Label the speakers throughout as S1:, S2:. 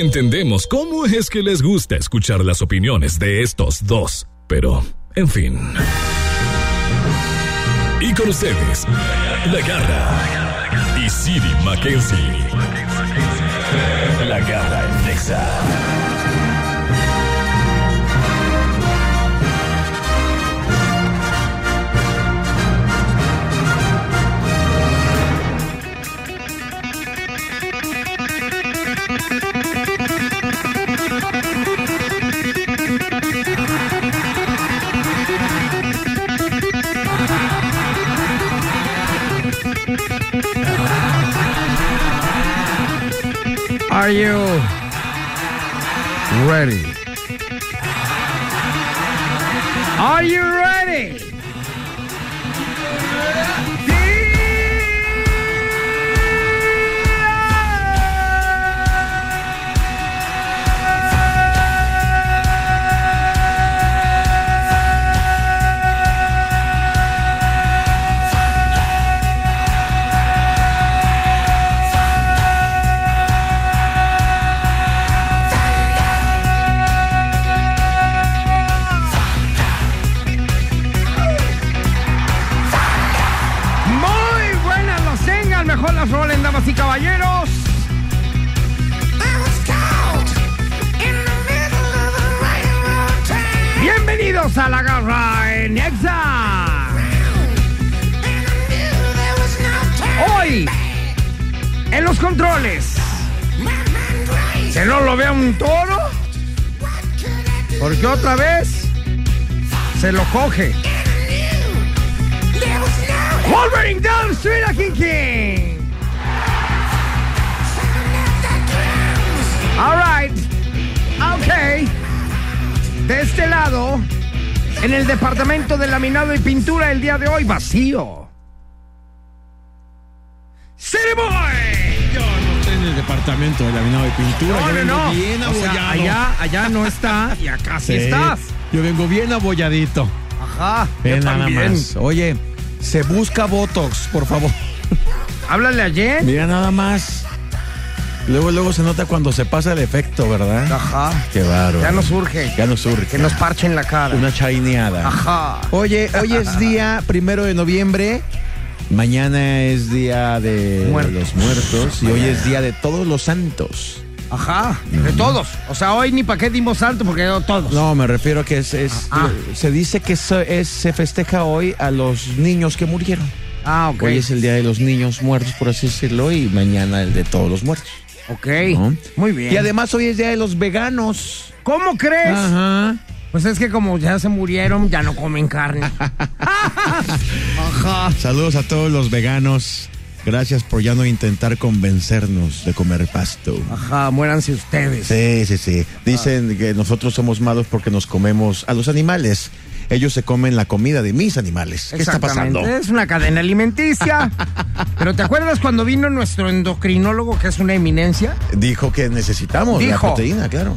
S1: Entendemos cómo es que les gusta escuchar las opiniones de estos dos, pero, en fin. Y con ustedes, La Garra y Siri Mackenzie. La Garra en Nexa.
S2: Are you ready? Are you ready? Muy buenas los tengan, mejor las rolen, damas y caballeros. Bienvenidos a la garra en Exa. Hoy, en los controles, que no lo vea un toro, porque otra vez se lo coge. Wolverine down straight a King King. All right. Okay. De este lado, en el departamento de laminado y pintura el día de hoy vacío. City Boy.
S3: Yo no estoy en el departamento de laminado y
S2: No,
S3: pintura. yo
S2: no,
S3: vengo
S2: no.
S3: bien
S2: O
S3: abollado.
S2: sea, allá, allá no está y acá sí,
S3: Sí,
S2: estás.
S3: Yo vengo bien abolladito.
S2: Ajá. yo
S3: Ve nada
S2: también.
S3: más. Oye, se busca Botox, por favor.
S2: Háblale a Jen.
S3: Mira nada más. Luego, luego se nota cuando se pasa el efecto, ¿verdad?
S2: Ajá.
S3: Qué bárbaro.
S2: Ya no surge.
S3: Ya no surge.
S2: Que nos parchen la cara.
S3: Una chaineada.
S2: Ajá.
S3: Oye, hoy es día primero de noviembre. Mañana es día de
S2: Muertos.
S3: los muertos. Y hoy es día de todos los santos.
S2: Ajá, de todos. O sea, hoy ni para qué dimos salto porque de todos.
S3: No, me refiero a que es, es-
S2: Ah.
S3: se dice que se- es- se festeja hoy a los niños que murieron.
S2: Ah, ok.
S3: Hoy es el día de los niños muertos, por así decirlo, y mañana el de todos los muertos.
S2: Ok.
S3: ¿no?
S2: Muy bien.
S3: Y además hoy es día de los veganos.
S2: ¿Cómo crees?
S3: Ajá.
S2: Pues es que como ya se murieron, ya no comen carne. Ajá.
S3: Saludos a todos los veganos. Gracias por ya no intentar convencernos de comer pasto.
S2: Ajá, muéranse ustedes.
S3: Sí, sí, sí. Dicen que nosotros somos malos porque nos comemos a los animales. Ellos se comen la comida de mis animales. ¿Qué está pasando?
S2: Exactamente, Es una cadena alimenticia. Pero ¿te acuerdas cuando vino nuestro endocrinólogo, que es una eminencia?
S3: Dijo que necesitamos la
S2: Dijo.
S3: proteína, claro.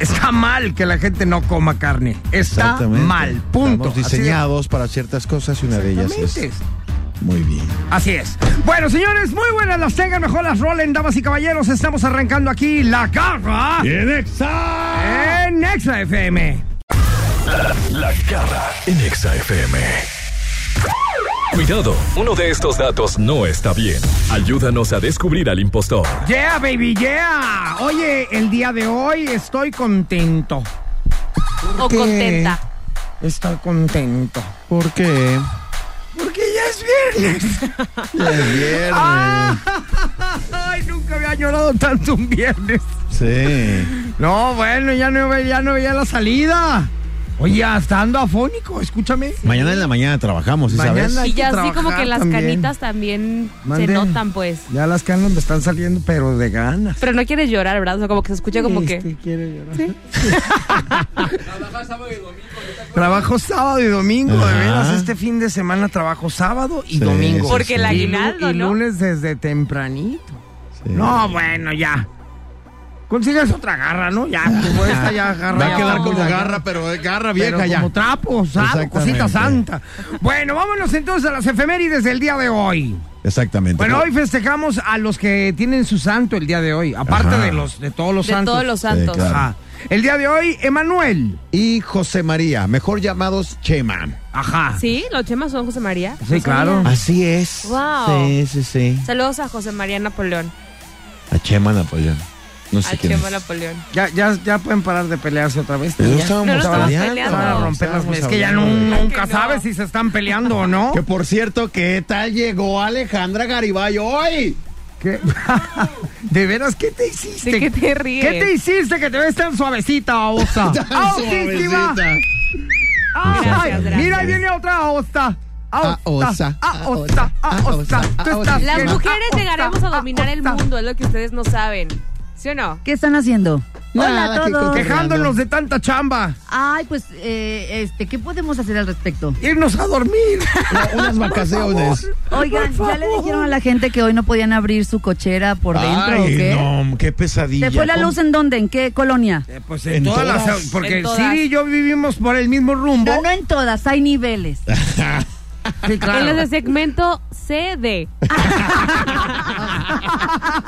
S2: Está mal que la gente no coma carne. Está
S3: Exactamente.
S2: mal, punto.
S3: Estamos diseñados para ciertas cosas y una de ellas
S2: Así es.
S3: es
S2: Exactamente.
S3: muy bien.
S2: Así es. Bueno, señores, muy buenas las tengan, mejor las rolen, damas y caballeros. Estamos arrancando aquí la garra en Nexa FM.
S1: La Garra en Exa FM. Cuidado, uno de estos datos no está bien. Ayúdanos a descubrir al impostor.
S2: Yeah, baby, yeah. Oye, el día de hoy estoy contento.
S4: o
S2: ¿Qué?
S4: contenta.
S2: Estoy contento.
S3: ¿Por qué?
S2: Porque ya es viernes. Ah. Ay, nunca había llorado tanto un viernes.
S3: Sí.
S2: No, bueno, ya no, ve- ya no veía la salida. Oye, hasta ando afónico, escúchame.
S3: Mañana en la mañana trabajamos, ¿sí
S2: Mañana
S3: sabes?
S2: hay
S4: Y
S2: que
S4: ya así como
S2: trabajar
S4: que las
S2: también.
S4: canitas también
S2: Mande.
S4: se notan, pues.
S2: Ya las canas me están saliendo, pero de ganas.
S4: Pero no quieres llorar, ¿verdad? O sea, como que se escucha como que.
S2: Este, quiere llorar. trabajo sábado y domingo.
S3: Ajá.
S2: de veras, este fin de semana trabajo sábado y
S3: Sí,
S2: domingo.
S3: sí, Porque sí. el
S2: Y lu-
S4: aguinaldo,
S2: y
S4: ¿no?
S2: lunes desde tempranito.
S3: Sí.
S2: No, bueno, ya. Consigues otra garra, ¿no? Ya, como esta ya garra.
S3: Va a
S2: ya
S3: quedar
S2: vamos,
S3: como
S2: ya,
S3: garra, pero es garra
S2: pero
S3: vieja ya.
S2: Como trapo, sapo,
S3: Exactamente.
S2: cosita santa. Bueno, vámonos entonces a las efemérides del día de hoy.
S3: Exactamente.
S2: Bueno, hoy festejamos a los que tienen su santo el día de hoy, aparte
S3: Ajá.
S2: de los de todos los
S4: de
S2: santos.
S4: todos los santos.
S3: claro.
S2: Ajá. El día de hoy, Emanuel.
S3: Y José María, mejor llamados Chema.
S2: Ajá.
S4: Sí, los chemas son José María.
S2: Sí, claro.
S3: Así es.
S4: Wow.
S3: Sí, sí, sí.
S4: Saludos a José María Napoleón.
S3: A Chema Napoleón. No sé
S4: a
S3: quién
S4: Chema
S3: es.
S4: Napoleón.
S2: Ya, ya, ya pueden parar de pelearse otra vez.
S3: Pero
S2: Ya.
S3: estábamos
S4: No, no estamos
S3: peleando.
S4: peleando.
S2: Van a romper las
S3: Estábamos
S2: Es que ya
S3: hablando de-
S2: nu-
S4: de-
S2: nunca
S4: Que no.
S2: sabes si se están peleando o no.
S3: Que por cierto, ¿qué tal llegó Alejandra Garibay hoy?
S2: ¿Qué? ¿De veras qué te hiciste?
S4: ¿De qué te ríes?
S2: ¿Qué te hiciste que te ves tan suavecita, osa?
S5: Ah,
S2: Ah, ¡Autísima!
S3: Suavecita.
S2: Ay,
S4: Gracias, gracias.
S2: Mira, ahí viene otra osta. Ah,
S3: Aosta,
S2: Ah, osta. Ah, osta.
S3: aosta,
S2: Tú
S3: aosta.
S2: estás
S4: Las
S2: bien.
S4: mujeres
S2: Ah,
S4: llegaremos
S2: osta,
S4: a dominar
S2: ah,
S4: el
S2: osta.
S4: mundo, es lo que ustedes no saben. ¿Sí o no?
S5: ¿Qué están haciendo?
S3: Nada,
S5: Hola a
S3: que-
S5: todos.
S3: que-
S2: Quejándonos de tanta chamba.
S5: Ay, pues, eh, este, ¿qué podemos hacer al respecto?
S2: Irnos a dormir.
S3: Unas vacaciones.
S5: Oigan,
S2: Por
S5: ¿ya le
S2: favor.
S5: dijeron a la gente que hoy no podían abrir su cochera por dentro o
S3: Ay,
S5: qué?
S3: no, qué pesadilla.
S5: ¿Se fue la
S3: Con-
S5: luz en dónde? ¿En qué colonia?
S2: Eh, pues en,
S3: En
S2: todas,
S3: todas.
S2: las. Porque
S4: En todas.
S2: Siri y yo vivimos por el mismo rumbo.
S5: No, no en todas, hay niveles.
S2: Ah. Sí,
S4: En
S2: claro.
S4: los de segmento CD.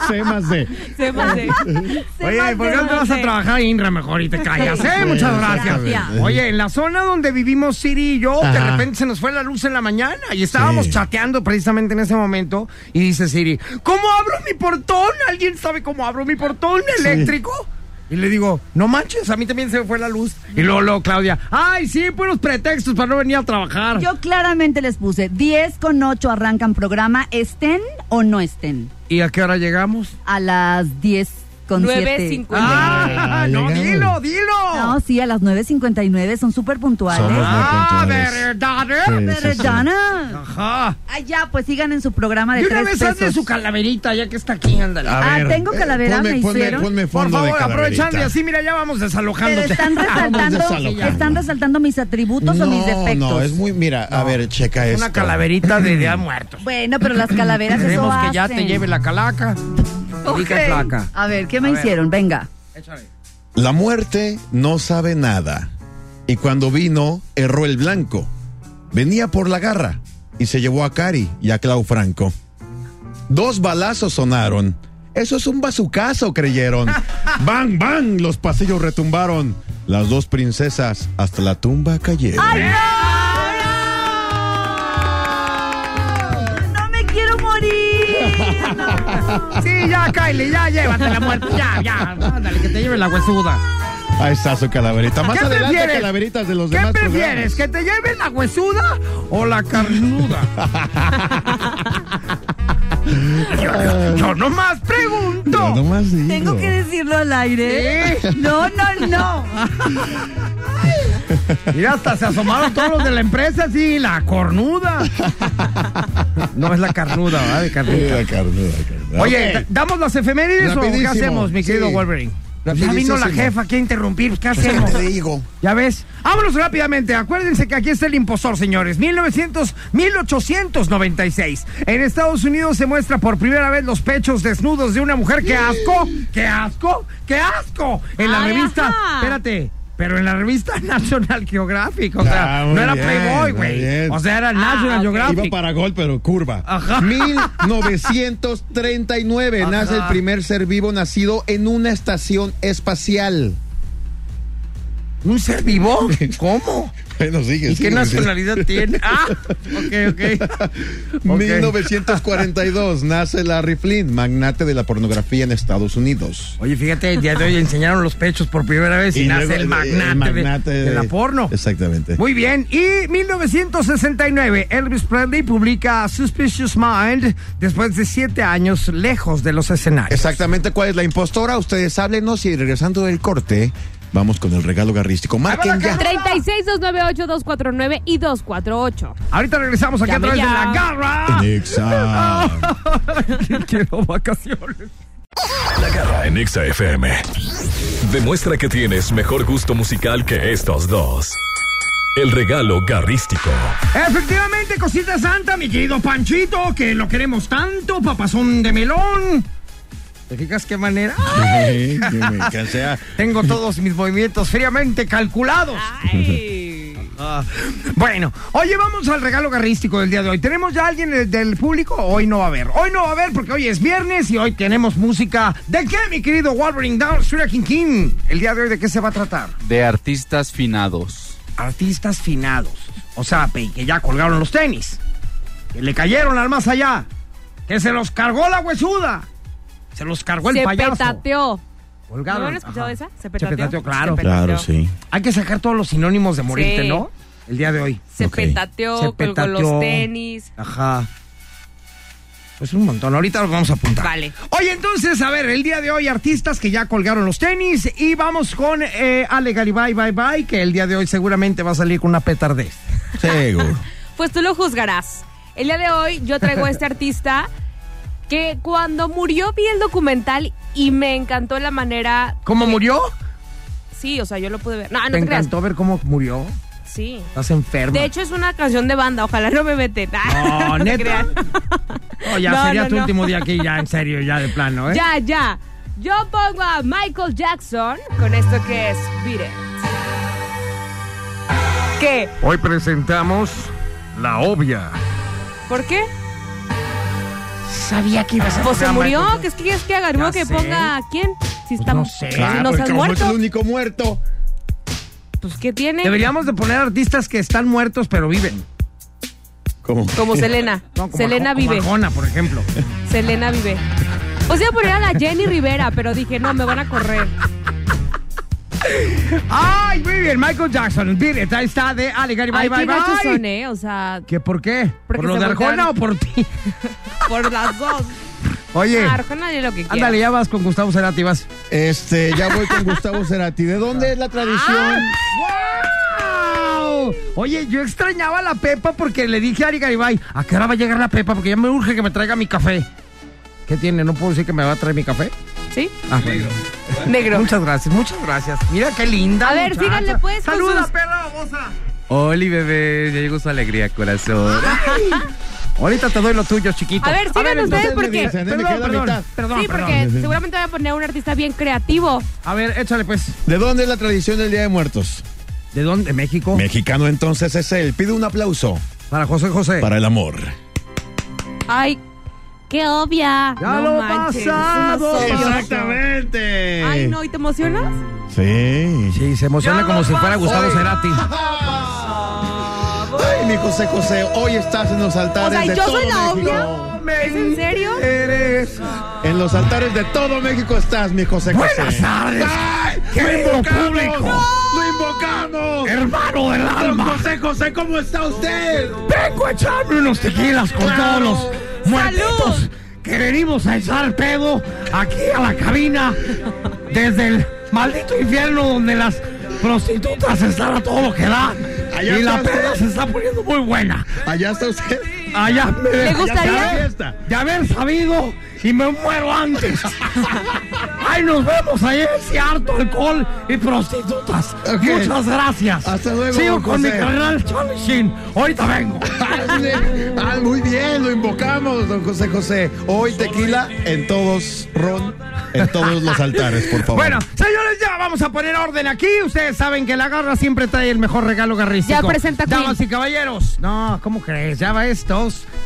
S3: C más D.
S4: Se pase.
S2: Oye, ¿por qué no te vas a trabajar a Inra mejor y te callas? ¿eh?
S5: Sí,
S2: Muchas gracias.
S5: gracias.
S2: Oye, en la zona donde vivimos Siri y yo, de
S3: Ajá.
S2: repente se nos fue la luz en la mañana y estábamos
S3: Sí.
S2: chateando precisamente en ese momento y dice Siri, ¿cómo abro mi portón? ¿Alguien sabe cómo abro mi portón eléctrico? Y le digo, no manches, a mí también se me fue la luz. Y luego, luego Claudia, ay, sí, puros pretextos para no venir a trabajar.
S5: Yo claramente les puse 10 con 8 arrancan programa, estén o no estén.
S2: ¿Y a qué hora llegamos?
S5: A las 10 con 7.
S4: 9.50.
S2: Ah,
S3: Ah,
S2: no, dilo,
S3: llegamos.
S2: dilo.
S5: No, sí, a las 9.59 son súper puntuales.
S3: Somos
S2: ah,
S3: muy puntuales.
S2: verdad, ¿eh?
S3: Pues Sí.
S5: Pero, Dana.
S2: Ajá.
S5: Ay, ya, pues sigan en su programa de
S2: Y una
S5: tres
S2: vez hazle
S5: pesos.
S2: su calaverita, ya que está aquí, ándale.
S3: A eh,
S5: Ah, tengo calavera,
S3: ponme,
S5: me
S3: ponme,
S5: hicieron.
S3: Ponme
S2: Por
S3: fondo
S2: favor,
S3: de calaverita.
S2: aprovechando y así, mira, ya vamos
S5: Pero
S2: desalojándote.
S5: están
S3: Ah,
S5: resaltando,
S3: desalojando.
S5: están resaltando mis atributos o mis defectos.
S3: No, es muy. Mira, a ver, checa esto.
S2: Una calaverita de día muertos.
S5: Bueno, pero las calaveras eso
S2: Queremos que ya
S5: hacen.
S2: te lleve la calaca.
S5: Ok.
S2: Rica placa.
S5: A ver, ¿qué me
S2: A ver.
S5: hicieron? Venga.
S2: Échale.
S3: La muerte no sabe nada. Y cuando vino, erró el blanco. Venía por la garra y se llevó a Cari y a Clau Franco. Dos balazos sonaron. Eso es un bazucazo, creyeron. ¡Bang, bang! Los pasillos retumbaron. Las dos princesas hasta la tumba cayeron.
S5: ¡No me quiero morir!
S2: Sí, ya, Kylie, ya llévate la muerte. Ya, ya. Ándale, que te lleve la huesuda.
S3: Ahí está su calaverita. Más
S2: ¿Qué
S3: adelante,
S2: prefieres?
S3: calaveritas de los
S2: ¿Qué
S3: demás.
S2: prefieres?
S3: programas.
S2: ¿Que te lleve la huesuda o la carnuda? yo, yo- yo nomás pregunto.
S3: Yo nomás digo.
S5: ¿Tengo que decirlo al aire?
S2: Sí.
S5: No, no, no.
S2: Mira, hasta se asomaron todos los de la empresa, sí, la cornuda. No es la carnuda, ¿verdad? De
S3: Sí,
S2: carnita.
S3: la carnuda, la carnuda.
S2: Oye, ¿d- ¿damos las efemérides o qué
S3: Rapidísimo,
S2: hacemos, mi querido
S3: sí.
S2: Wolverine? Ya vino
S3: Rapidísimo.
S2: la jefa aquí a interrumpir, ¿qué hacemos?
S3: Te digo.
S2: ¿Ya ves? Vámonos rápidamente. Acuérdense que aquí está el impostor, señores. 1900, 1896. En Estados Unidos se muestra por primera vez los pechos desnudos de una mujer. ¡Qué asco! ¡Qué asco! ¡Qué asco! En la
S4: Ay,
S2: revista.
S4: ajá.
S2: Espérate. Pero en la revista National Geographic, o sea,
S3: Ah, muy
S2: no era
S3: bien,
S2: Playboy,
S3: muy
S2: güey.
S3: bien.
S2: O sea, era National
S4: Ah, ok.
S2: Geographic.
S3: Iba para gol, pero curva.
S2: Ajá.
S3: 1939
S2: Ajá.
S3: nace el primer ser vivo nacido en una estación espacial.
S2: ¿Un ser vivo? ¿Cómo?
S3: Bueno, sigue.
S2: ¿Y qué nacionalidad tiene? Ah, ok, ok. Ok.
S3: 1942 nace Larry Flynn, magnate de la pornografía en Estados Unidos.
S2: Oye, fíjate, el día de hoy enseñaron los pechos por primera vez y, nace
S3: luego, eh,
S2: el magnate, de, de la porno.
S3: Exactamente.
S2: Muy bien, y 1969, Elvis Presley publica Suspicious Mind después de siete años lejos de los escenarios.
S3: Exactamente cuál es la impostora. Ustedes háblenos y regresando del corte, vamos con el regalo garrístico. Marquen ya.
S4: 36 298 249 y 248.
S2: Ahorita regresamos aquí a
S4: Llame
S2: través de
S4: ya.
S2: la garra.
S3: Exacto.
S2: Quiero vacaciones.
S1: La garra en Exa FM. Demuestra que tienes mejor gusto musical que estos dos. El regalo garrístico.
S2: Efectivamente, cosita santa, mi querido Panchito, que lo queremos tanto, papazón de melón. ¿Te fijas qué manera?
S3: Sí, que me cansé.
S2: Tengo todos mis movimientos fríamente calculados.
S4: Ay.
S2: Ah. Bueno, oye, vamos al regalo garrístico del día de hoy. ¿Tenemos ya alguien del, del público? Hoy no va a haber. Hoy no va a haber porque hoy es viernes y hoy tenemos música. ¿De qué, mi querido Wolverine Down, King King? El día de hoy, ¿de qué se va a tratar?
S6: de artistas finados.
S2: Artistas finados. O sea, pe- que ya colgaron los tenis. Que le cayeron al más allá. Que se los cargó la huesuda. Se los cargó el
S4: Se
S2: payaso.
S4: petateó.
S2: Colgaron,
S4: ¿No han escuchado
S2: ajá.
S4: esa? Se petateó.
S2: claro.
S4: Se petateó.
S3: Claro, sí.
S2: Hay que sacar todos los sinónimos de morirte,
S4: Sí.
S2: ¿no? El día de hoy.
S4: Se
S3: Ok.
S4: petateó,
S2: Se
S4: colgó
S2: petateó.
S4: los tenis.
S2: Ajá. Pues un montón. Ahorita los vamos a apuntar.
S4: Vale.
S2: Oye, entonces, a ver, el día de hoy, artistas que ya colgaron los tenis. Y vamos con eh, Ale Garibay, bye bye, que el día de hoy seguramente va a salir con una petardez.
S3: Seguro.
S4: Pues tú lo juzgarás. El día de hoy yo traigo a este artista que cuando murió vi el documental y me encantó la manera.
S2: ¿Cómo murió?
S4: Sí, o sea, yo lo pude ver. No, Ah, no
S2: Me
S4: te creas.
S2: encantó ver cómo murió.
S4: Sí.
S2: Estás enferma.
S4: De hecho, es una canción de banda. Ojalá no me meten.
S2: No,
S4: te
S2: neta.
S4: creas.
S2: No, ya
S4: No,
S2: sería
S4: no,
S2: tu
S4: no.
S2: último día aquí, ya, en serio, ya de plano, ¿eh?
S4: Ya, ya. Yo pongo a Michael Jackson con esto que es Beat It. ¿Qué?
S2: Hoy presentamos la obvia.
S4: ¿Por qué?
S2: Sabía que ibas a
S4: Pues se
S2: poner a
S4: murió.
S2: Michael
S4: ¿Qué es que es que agarró
S2: Ya
S4: que
S2: sé. Pues
S4: ponga a quién? Si está
S2: no sé.
S4: si
S2: Claro,
S4: no se
S3: porque
S4: han
S3: como es el
S4: muerto.
S3: único muerto.
S4: Pues ¿qué tiene?
S2: Deberíamos de poner artistas que están muertos pero viven.
S3: ¿Cómo?
S4: Como Selena.
S2: No, como
S4: Selena
S2: Arjo- como
S4: vive.
S2: Arjona, por ejemplo.
S4: Selena vive. O sea, poner a la Jenny Rivera, pero dije, no, me van a correr.
S2: Ay, muy bien, Michael Jackson. Beat It, ahí está de Ale Gary, bye,
S4: Ay,
S2: bye,
S4: qué gachos son,
S2: bye.
S4: ¿eh? O sea,
S2: ¿Qué por qué?
S4: Porque
S2: ¿Por lo
S4: se
S2: de Arjona
S4: voltearon.
S2: o por ti?
S4: por las dos.
S2: Oye,
S4: Arjona de lo que quiera.
S2: ándale, ya vas con Gustavo Cerati, vas.
S3: Este, ya voy con Gustavo Cerati. ¿De dónde es la tradición?
S2: ¡Wow! Oye, yo extrañaba a la Pepa porque le dije a Ari Garibay, ¿a qué hora va a llegar la Pepa? Porque ya me urge que me traiga mi café. ¿Qué tiene? ¿No puedo decir que me va a traer mi café?
S4: ¿Sí?
S2: Ah, bueno.
S4: Negro.
S2: Muchas gracias, muchas gracias. Mira qué linda.
S4: A ver,
S2: muchacha.
S4: síganle, pues, con
S2: Saluda,
S4: sus-
S2: perra babosa.
S6: Oli, bebé, ya llegó su alegría, corazón.
S2: Ahorita te doy lo tuyo, chiquito.
S4: A ver, sigan ustedes
S2: entonces me
S4: porque-
S2: dicen, ¿eh? Me
S3: Perdón,
S2: queda la
S3: perdón.
S2: mitad. Perdón,
S4: sí,
S2: perdón.
S4: porque seguramente voy a poner a un artista bien creativo.
S2: A ver, échale pues.
S3: ¿De dónde es la tradición del Día de Muertos?
S2: ¿De dónde? ¿México?
S3: Mexicano entonces es él. Pide un aplauso
S2: Para José José.
S3: para el amor.
S4: Ay, qué obvia.
S2: Ya
S4: no
S2: lo
S4: manches,
S2: pasado.
S4: es más obvio.
S3: Exactamente.
S4: Ay, no, ¿y te emocionas?
S3: Sí.
S2: Sí, se emociona como si fuera Gustavo Cerati.
S3: Ay, mi José José, hoy estás en los
S4: O
S3: altares
S4: sea,
S3: de
S4: yo
S3: todo
S4: soy la
S3: México.
S4: obvia. ¿Es en serio?
S2: Eres.
S3: En los altares de todo México estás, mi José José.
S2: Buenas tardes.
S3: ¡Ay!
S2: ¡Querido
S3: ¡Lo invocamos!
S2: público!
S3: ¡Lo invocamos!
S2: Hermano del
S3: Don
S2: alma.
S3: José José, ¿cómo está usted?
S2: Vengo a echarme unos tequilas con
S3: Claro.
S2: todos los muertitos que venimos a echar pedo aquí a la cabina desde el maldito infierno donde las prostitutas están a todo lo que da
S3: Allá
S2: y la
S3: está
S2: peda
S3: usted.
S2: se está poniendo muy buena.
S3: Allá está usted.
S2: Allá me
S4: ¿Le gustaría?
S2: de haber- de haber sabido y me muero antes. Ay, nos vemos ahí ese harto alcohol y prostitutas.
S3: Ok.
S2: Muchas gracias.
S3: Hasta luego,
S2: Sigo con mi
S3: José.
S2: carnal Charlie Sheen. Ahorita vengo.
S3: Hazle. Ah, muy bien, lo invocamos, don José José. Hoy tequila en todos, ron, en todos los altares, por favor.
S2: Bueno, señores, ya vamos a poner orden aquí. Ustedes saben que la garra siempre trae el mejor regalo garrístico.
S4: Ya presenta Queen.
S2: Damas y caballeros. No, ¿cómo crees? Ya va estos.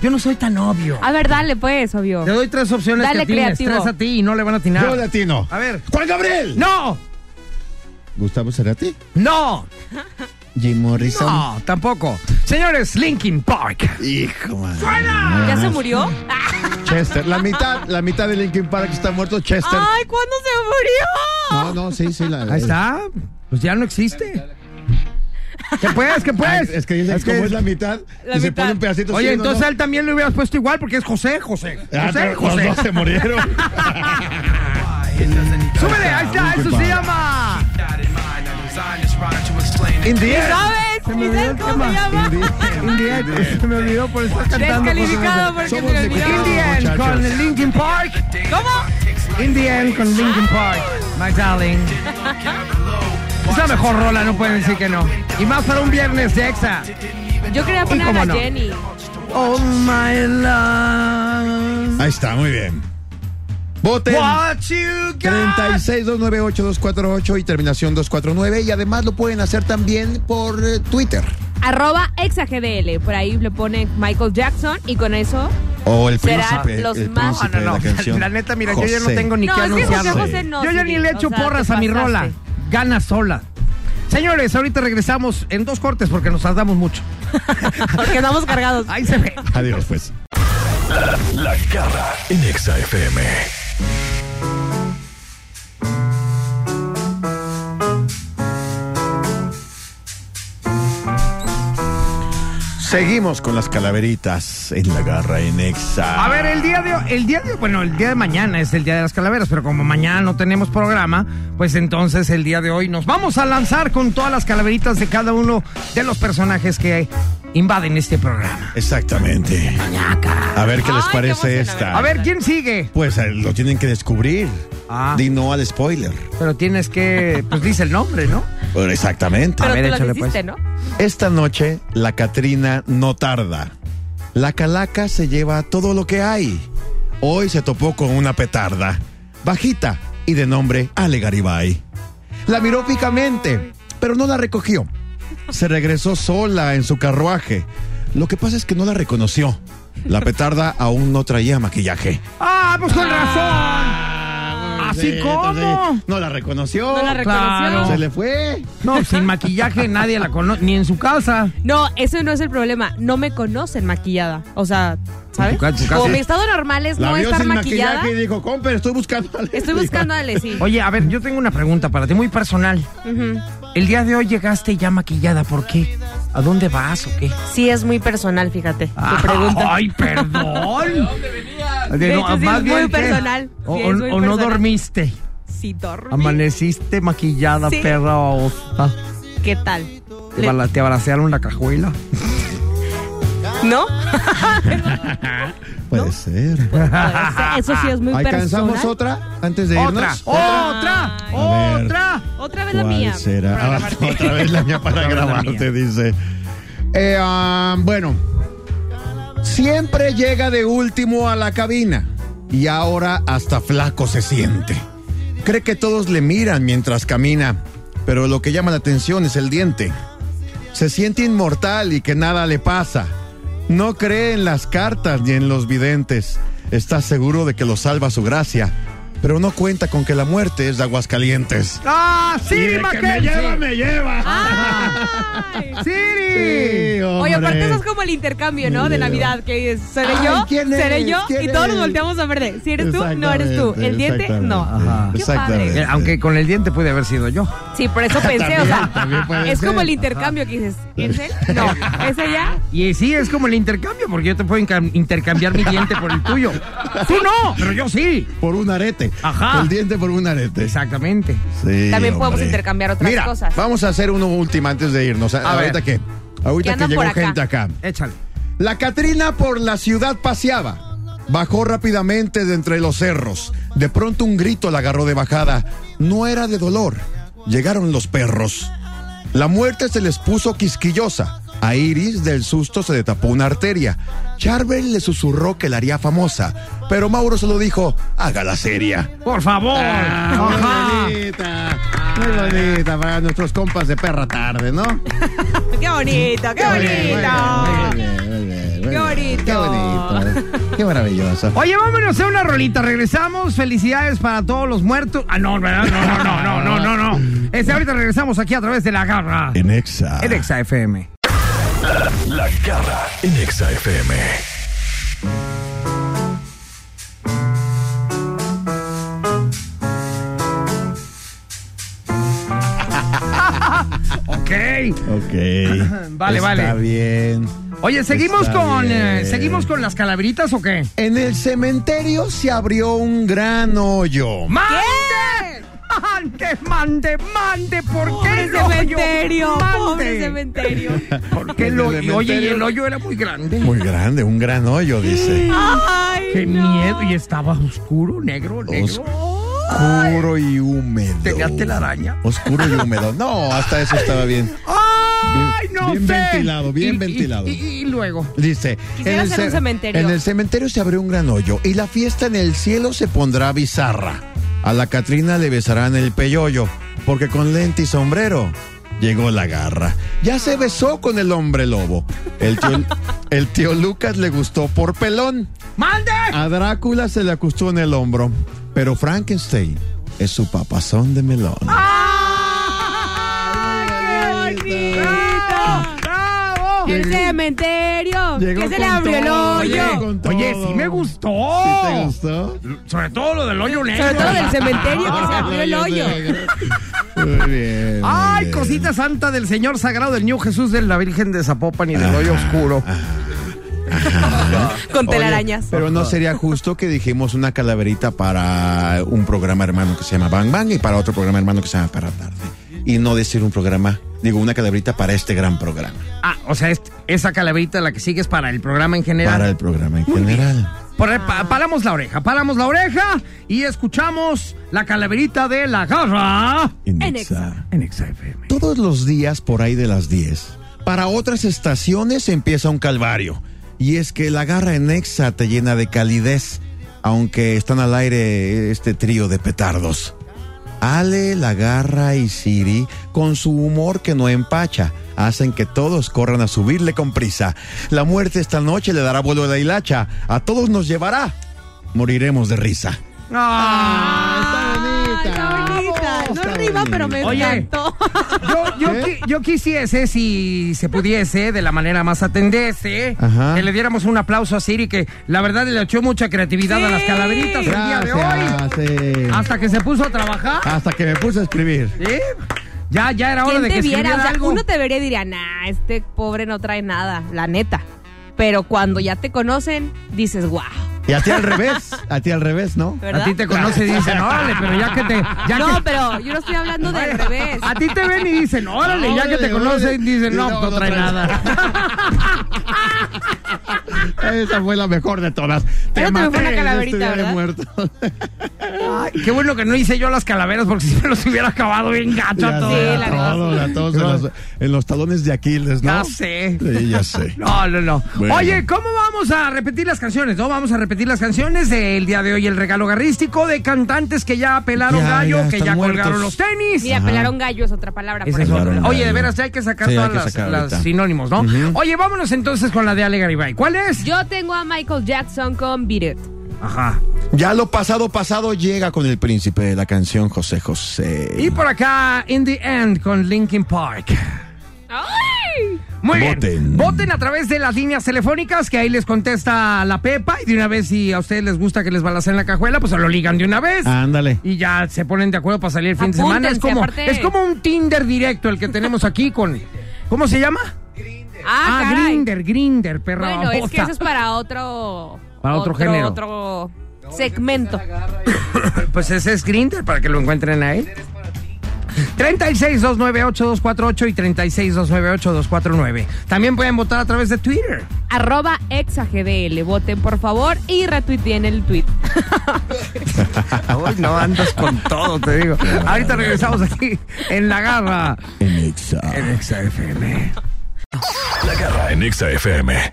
S2: Yo no soy tan obvio.
S4: A ver, dale, pues, obvio.
S2: Te doy tres opciones
S4: Dale,
S2: que atines.
S4: creativo.
S2: Tres a ti y no le van a atinar.
S3: yo latino.
S2: A ver.
S3: Juan Gabriel.
S2: ¡No!
S3: Gustavo Cerati.
S2: ¡No!
S3: Jim Morrison.
S2: No, tampoco. Señores, Linkin Park.
S3: Hijo, man.
S4: ¿Ya se murió?
S3: Chester. La mitad, la mitad de Linkin Park está muerto. Chester.
S4: Ay, ¿cuándo se murió?
S3: No, no, sí, sí. La,
S2: Ahí está. Pues ya no existe. ¿Qué puedes? ¿Qué
S3: Ah,
S2: puedes?
S3: es que dicen, como es la mitad,
S4: La
S3: y se
S4: mitad.
S3: ponen pedacitos.
S2: Oye,
S3: sí, no,
S2: entonces a
S3: no.
S2: él también le hubieras puesto igual porque es José, José.
S3: Ah,
S2: José,
S3: pero
S2: José.
S3: Los dos se murieron.
S2: Súbele, ahí está, eso se llama. In the end.
S4: ¿Sabes?
S2: Se me
S4: ¿Y sabes
S2: olvidó el
S4: cómo se
S2: tema.
S4: llama?
S2: In the- in the end. Se me olvidó por estar cantando. cosas
S4: Descalificado
S2: de-
S4: porque
S3: Somos
S4: se
S3: de
S4: le
S2: In
S4: olvidó.
S2: the end
S3: muchachos.
S2: con Linkin Park. ¿Cómo? In the end con Linkin Park. My darling. Es la mejor rola, no pueden decir que no. Y más para un viernes de Exa.
S4: Yo quería poner a
S2: cómo
S4: la
S2: no?
S4: Jenny.
S2: Oh my love.
S3: Ahí está, muy bien. Voten.
S2: What you got.
S3: 36-298-248 y terminación 249. Y además lo pueden hacer también por eh, Twitter.
S4: arroba exagdl. Por ahí le pone Michael Jackson y con eso.
S3: O el
S4: Será
S3: príncipe,
S4: los
S3: el
S4: más-
S3: príncipe de
S2: Ah, No,
S3: la canción.
S2: la neta, mira, yo ya no
S3: José.
S2: tengo ni
S4: No,
S2: que
S4: es que José
S2: anunciar.
S4: José no,
S2: yo ya ni
S4: Siri,
S2: le
S4: o
S2: echo
S4: sea, te
S2: porras a mi
S4: pasaste.
S2: rola. Gana sola. Señores, ahorita regresamos en dos cortes porque nos tardamos mucho.
S4: Porque andamos cargados.
S2: Ahí se ve.
S3: Adiós, pues.
S1: La garra en Exa FM.
S3: Seguimos con las calaveritas en la garra en Exa.
S2: A ver, el día de hoy- el día de bueno, el día de mañana es el día de las calaveras, pero como mañana no tenemos programa, pues entonces el día de hoy nos vamos a lanzar con todas las calaveritas de cada uno de los personajes que invaden este programa.
S3: Exactamente. A ver qué les
S4: Ay, qué
S3: parece
S4: emoción,
S3: esta.
S2: A ver, ¿quién sigue?
S3: Pues eh, lo tienen que descubrir.
S2: Ah.
S3: Di no al spoiler.
S2: Pero tienes que, pues dice el nombre, ¿no?
S3: Bueno, exactamente.
S4: Pero
S2: ver,
S4: tú lo
S2: échale, pues.
S4: hiciste, ¿no?
S3: Esta noche la Catrina no tarda. La calaca se lleva todo lo que hay. Hoy se topó con una petarda, bajita y de nombre Ale Garibay. La miró fijamente, pero no la recogió. Se regresó sola en su carruaje. Lo que pasa es que no la reconoció. La petarda aún no traía maquillaje.
S2: ¡Ah, pues con razón! ¿Así
S3: Sí,
S2: cómo?
S3: entonces, No la reconoció.
S4: No la
S2: Claro.
S4: reconoció.
S3: se le fue.
S2: No, sin maquillaje nadie la conoce, ni en su casa.
S4: No, ese no es el problema. No me conocen maquillada. O sea, ¿sabes?
S2: En tu ca- en tu casa.
S4: Como mi estado normal es
S3: La
S4: no
S3: vio
S4: estar
S3: sin
S4: maquillada.
S3: maquillaje y dijo, compa, estoy buscando a Ale
S4: Estoy
S3: Garibay".
S4: buscando a Ale, sí.
S2: Oye, a ver, yo tengo una pregunta para ti, muy personal.
S4: Ujú.
S2: El día de hoy llegaste ya maquillada, ¿por qué? ¿A dónde vas o qué?
S4: Sí, es muy personal, fíjate.
S2: Ah.
S4: Tu pregunta.
S2: Ay, perdón. ¿De dónde venías?
S4: De hecho, sí, es muy
S2: ¿qué?
S4: personal.
S2: O,
S4: Sí,
S2: o-
S4: es muy
S2: o no
S4: personal.
S2: dormiste.
S4: Sí, dormí.
S2: Amaneciste maquillada,
S4: Sí.
S2: perra osta.
S4: ¿Qué tal?
S2: Te,
S4: Le-
S2: bala- te abracearon la cajuela.
S4: ¿No?
S3: Puede ser.
S4: Eso sí es muy
S3: ¿Alcanzamos
S4: personal.
S3: otra antes de
S2: Otra,
S3: irnos?
S2: otra,
S3: A ver.
S2: otra.
S4: Otra vez la mía.
S3: ¿Cuál será?
S4: Para
S3: Ah,
S4: grabarte.
S3: otra vez la mía para
S2: Otra vez la
S3: grabarte, dice. Eh, ah, bueno, siempre llega de último a la cabina y ahora hasta flaco se siente. Cree que todos le miran mientras camina, pero lo que llama la atención es el diente. Se siente inmortal y que nada le pasa. No cree en las cartas ni en los videntes. Está seguro de que lo salva su gracia, pero no cuenta con que la muerte es de Aguascalientes.
S2: Ah, Siri
S3: de que me lleva,
S2: Mackenzie.
S3: me lleva.
S4: Ay.
S2: Siri.
S4: Ah. Oye, aparte eso es como el intercambio, ¿no? De Navidad, que es, seré
S3: Ay,
S4: yo,
S3: ¿quién
S4: seré
S3: eres?
S4: yo,
S3: ¿quién
S4: y todos nos
S3: eres?
S4: volteamos a ver de, si eres tú, no eres tú, el diente, no.
S2: Ajá.
S4: Qué
S3: Exactamente.
S4: padre.
S2: Eh, Aunque con el diente puede haber sido yo.
S4: Sí, por eso pensé, o sea,
S3: también puede
S4: es
S3: ser.
S4: como el intercambio que dices, ¿es él? No, ¿es ella?
S2: Y sí, es como el intercambio, porque yo te puedo inca- intercambiar mi diente por el tuyo. Tú no, pero yo sí.
S3: Por un arete.
S2: Ajá.
S3: El diente por un arete.
S2: Exactamente.
S3: Sí,
S4: También podemos
S3: hombre.
S4: intercambiar otras
S3: Mira,
S4: cosas.
S3: Vamos a hacer uno último antes de irnos.
S2: A
S3: ahorita
S2: ver.
S3: que, ahorita
S4: Que
S3: que
S4: andan
S3: llegó
S4: por acá.
S3: gente acá.
S2: Échale.
S3: La Catrina por la ciudad paseaba. Bajó rápidamente de entre los cerros. De pronto un grito la agarró de bajada. No era de dolor. Llegaron los perros. La muerte se les puso quisquillosa. A Iris del susto se le tapó una arteria. Charvel le susurró que la haría famosa, pero Mauro se lo dijo, hágala seria.
S2: Por favor.
S3: Ah.
S2: Ajá.
S3: Muy bonita, muy bonita para nuestros compas de perra tarde, ¿no?
S4: ¡Qué bonito, qué
S3: Muy
S4: bonito!
S3: bien, muy bien, muy bien.
S4: Qué bonito.
S3: Qué bonito. Qué maravilloso.
S2: Oye, vámonos a una rolita. Regresamos. Felicidades para todos los muertos. Ah, no, ¿verdad? No, no, no, no, no, no. no. Este, ahorita regresamos aquí a través de la garra.
S3: En Exa.
S2: En Exa FM.
S1: La garra en Exa FM.
S2: Ok.
S3: Ok.
S2: Vale,
S3: Está
S2: vale.
S3: bien.
S2: Oye, ¿seguimos
S3: Está
S2: con, eh,
S3: bien.
S2: ¿seguimos con las calaveritas o qué?
S3: En el cementerio se abrió un gran hoyo.
S2: ¡Mande! ¡Mande, mande, mande! ¿Por qué
S4: ¡Pobre
S2: el hoyo?
S4: cementerio!
S2: ¡Mande!
S4: ¡Pobre cementerio!
S2: ¿Por qué
S3: En
S2: el
S3: el
S2: hoyo? Y, Oye, y el
S3: cementerio.
S2: hoyo era muy grande.
S3: Muy grande, un gran hoyo, dice.
S4: ¡Ay,
S2: ¡Qué
S4: no!
S2: miedo! Y estaba oscuro, negro, negro.
S3: Oscuro y húmedo.
S2: ¿Tenía telaraña?
S3: Oscuro y húmedo. No, hasta eso estaba bien.
S2: ¡Ay, no
S3: Bien
S2: sé!
S3: ventilado, bien
S2: Y- y-
S3: ventilado.
S2: Y, y luego.
S3: Dice,
S4: Quisiera hacer
S3: ce-
S4: un cementerio.
S3: en el cementerio se abrió un gran hoyo y la fiesta en el cielo se pondrá bizarra. A la Catrina le besarán el peyoyo, porque con lente y sombrero llegó la garra. Ya se besó con el hombre lobo. El tío, el tío Lucas le gustó por pelón.
S2: ¡Mande!
S3: A Drácula se le acostó en el hombro. Pero Frankenstein es su papazón de melón.
S4: Ah, ¡Ay, qué bonito!
S2: ¡Bravo!
S4: ¡Qué cementerio!
S3: Llegó
S4: ¡Que se le
S3: con
S4: abrió el
S3: todo, llegó
S4: hoyo!
S3: con
S2: Oye,
S3: todo.
S2: sí me gustó.
S3: ¿Sí te gustó?
S2: Sobre todo lo del hoyo negro.
S4: Sobre todo del cementerio que se
S3: Ah,
S4: abrió el hoyo.
S3: Muy bien.
S2: Ay, cosita santa del Señor Sagrado, del Niño Jesús, de la Virgen de Zapopan y del hoyo oscuro.
S4: Con
S3: Oye,
S4: telarañas.
S3: pero no sería justo que dijimos una calaverita para un programa hermano que se llama Bang Bang y para otro programa hermano que se llama Para Tarde. Y no decir un programa, digo, una calaverita para este gran programa.
S2: Ah, o sea, es- esa calaverita la que sigue es para el programa en general.
S3: Para el programa en general.
S2: Por-
S4: Ah.
S2: pa- paramos la oreja, paramos la oreja y escuchamos la calaverita de la garra
S4: En
S3: Inexa.
S2: en XFM.
S3: Todos los días por ahí de las 10, para otras estaciones empieza un calvario. Y es que la garra en Exa te llena de calidez, aunque están al aire este trío de petardos. Ale, la garra y Siri, con su humor que no empacha, hacen que todos corran a subirle con prisa. La muerte esta noche le dará vuelo a la hilacha, a todos nos llevará. Moriremos de risa.
S4: Ah,
S3: está bonita.
S4: está bonita. No
S3: Está
S4: rima, pero me
S2: bonita. Oye.
S4: encantó.
S2: Yo, yo,
S4: ¿Eh?
S2: qui- yo quisiese, si se pudiese, de la manera más atendese,
S3: Ajá.
S2: que le diéramos un aplauso a Siri, que la verdad le echó mucha creatividad a las
S4: Sí.
S2: calaveritas el día de hoy.
S3: sí.
S2: Hasta que se puso a trabajar.
S3: Hasta que me puse a escribir.
S2: ¿sí? Ya, ya era hora
S4: ¿Quién
S2: de que
S4: te viera? O
S2: escribiera
S4: sea,
S2: algo.
S4: uno te vería y diría, nah, este pobre no trae nada, la neta. Pero cuando ya te conocen, dices, wow.
S3: Y a ti al revés, a ti al revés, ¿no?
S2: A
S4: ¿Verdad?
S2: ti te conoce y dicen, órale, pero ya que te. Ya
S4: no,
S2: que-
S4: pero yo no estoy hablando del revés.
S2: A ti te ven y dicen, órale, ya que te
S3: Órale,
S2: conocen,
S3: órale.
S2: dicen,
S3: Y
S2: no, pues,
S3: no,
S2: no,
S3: no
S2: trae
S3: trae
S2: nada.
S3: Esa fue la mejor de todas.
S4: Pero te me fue
S3: maté, este
S4: la
S3: no
S4: calaverita,
S3: estuviera
S4: ¿verdad?
S3: muerto.
S2: Ay, qué bueno que no hice yo las calaveras, porque si me los hubiera acabado bien gacho a
S3: Ya
S2: todos.
S3: sé,
S4: Sí, la
S3: a
S4: verdad,
S3: todos, a todos en los, en los talones de Aquiles, ¿no?
S2: Ya sé.
S3: Sí, ya sé.
S2: No, no, no.
S3: Bueno.
S2: Oye, ¿cómo vamos a repetir las canciones? No, vamos a repetir las canciones del día de hoy, el regalo garrístico de cantantes que ya pelaron
S3: Ya,
S2: gallo,
S3: ya
S2: que
S3: están
S2: ya
S3: muertos.
S2: colgaron los tenis.
S4: Mira, pelaron gallo es otra palabra.
S2: Esa
S4: Por
S2: es
S4: ejemplo.
S2: otra.
S3: Claro,
S2: Oye, de
S3: claro.
S2: veras, ya hay que sacar
S3: Sí, hay
S2: todas
S3: que
S2: las,
S3: sacar
S2: las
S3: ahorita.
S2: sinónimos, ¿no?
S3: Ujú.
S2: Oye, vámonos entonces con la de Ale Garibay. ¿Cuál es?
S4: Yo tengo a Michael Jackson con Beat It.
S2: Ajá.
S3: Ya lo pasado, pasado llega con el príncipe de la canción José José.
S2: Y por acá, In the End con Linkin Park.
S4: ¡Ay!
S2: Muy bien.
S3: Voten.
S2: Voten a través de las líneas telefónicas que ahí les contesta la Pepa. Y de una vez, si a ustedes les gusta que les balacen la cajuela, pues se lo ligan de una vez.
S3: Ándale.
S2: Y ya se ponen de acuerdo para salir el fin de semana. Es
S4: Apúntense,
S2: como,
S4: aparte-
S2: es como un Tinder directo el que tenemos aquí con. ¿Cómo se llama?
S4: Ah,
S2: ah,
S4: caray.
S2: Grinder, Grinder, perra.
S4: Bueno, es que
S2: babosa.
S4: eso es para otro.
S2: Para otro género.
S4: Otro segmento.
S2: Pues ese es Grinder para que lo encuentren ahí. 36298248 y 36298249. También pueden votar a través de Twitter.
S4: Arroba exagdl. Voten, por favor, y retuiteen el tweet.
S2: Uy, no andas con todo, te digo. Ahorita regresamos aquí en la garra
S3: En Exa.
S2: en XFM.
S1: La garra en Exa FM.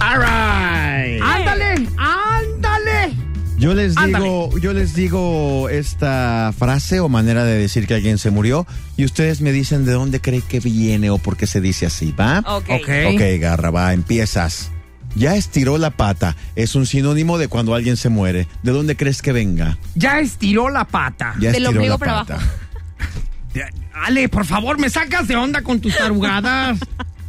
S2: All right.
S4: Ah,
S2: Ándale, ándale.
S3: Yo les digo,
S2: Ándale.
S3: yo les digo esta frase o manera de decir que alguien se murió y ustedes me dicen de dónde cree que viene o por qué se dice así, ¿va?
S4: Ok.
S2: Ok.
S3: Ok, Garra, va, empiezas. Ya estiró la pata. Es un sinónimo de cuando alguien se muere. ¿De dónde crees que venga?
S2: Ya estiró la pata.
S3: Ya
S4: Del
S3: estiró
S4: ombligo
S3: la
S4: para
S3: pata.
S4: abajo.
S2: Ya- Ale, por favor, me sacas de onda con tus tarugadas.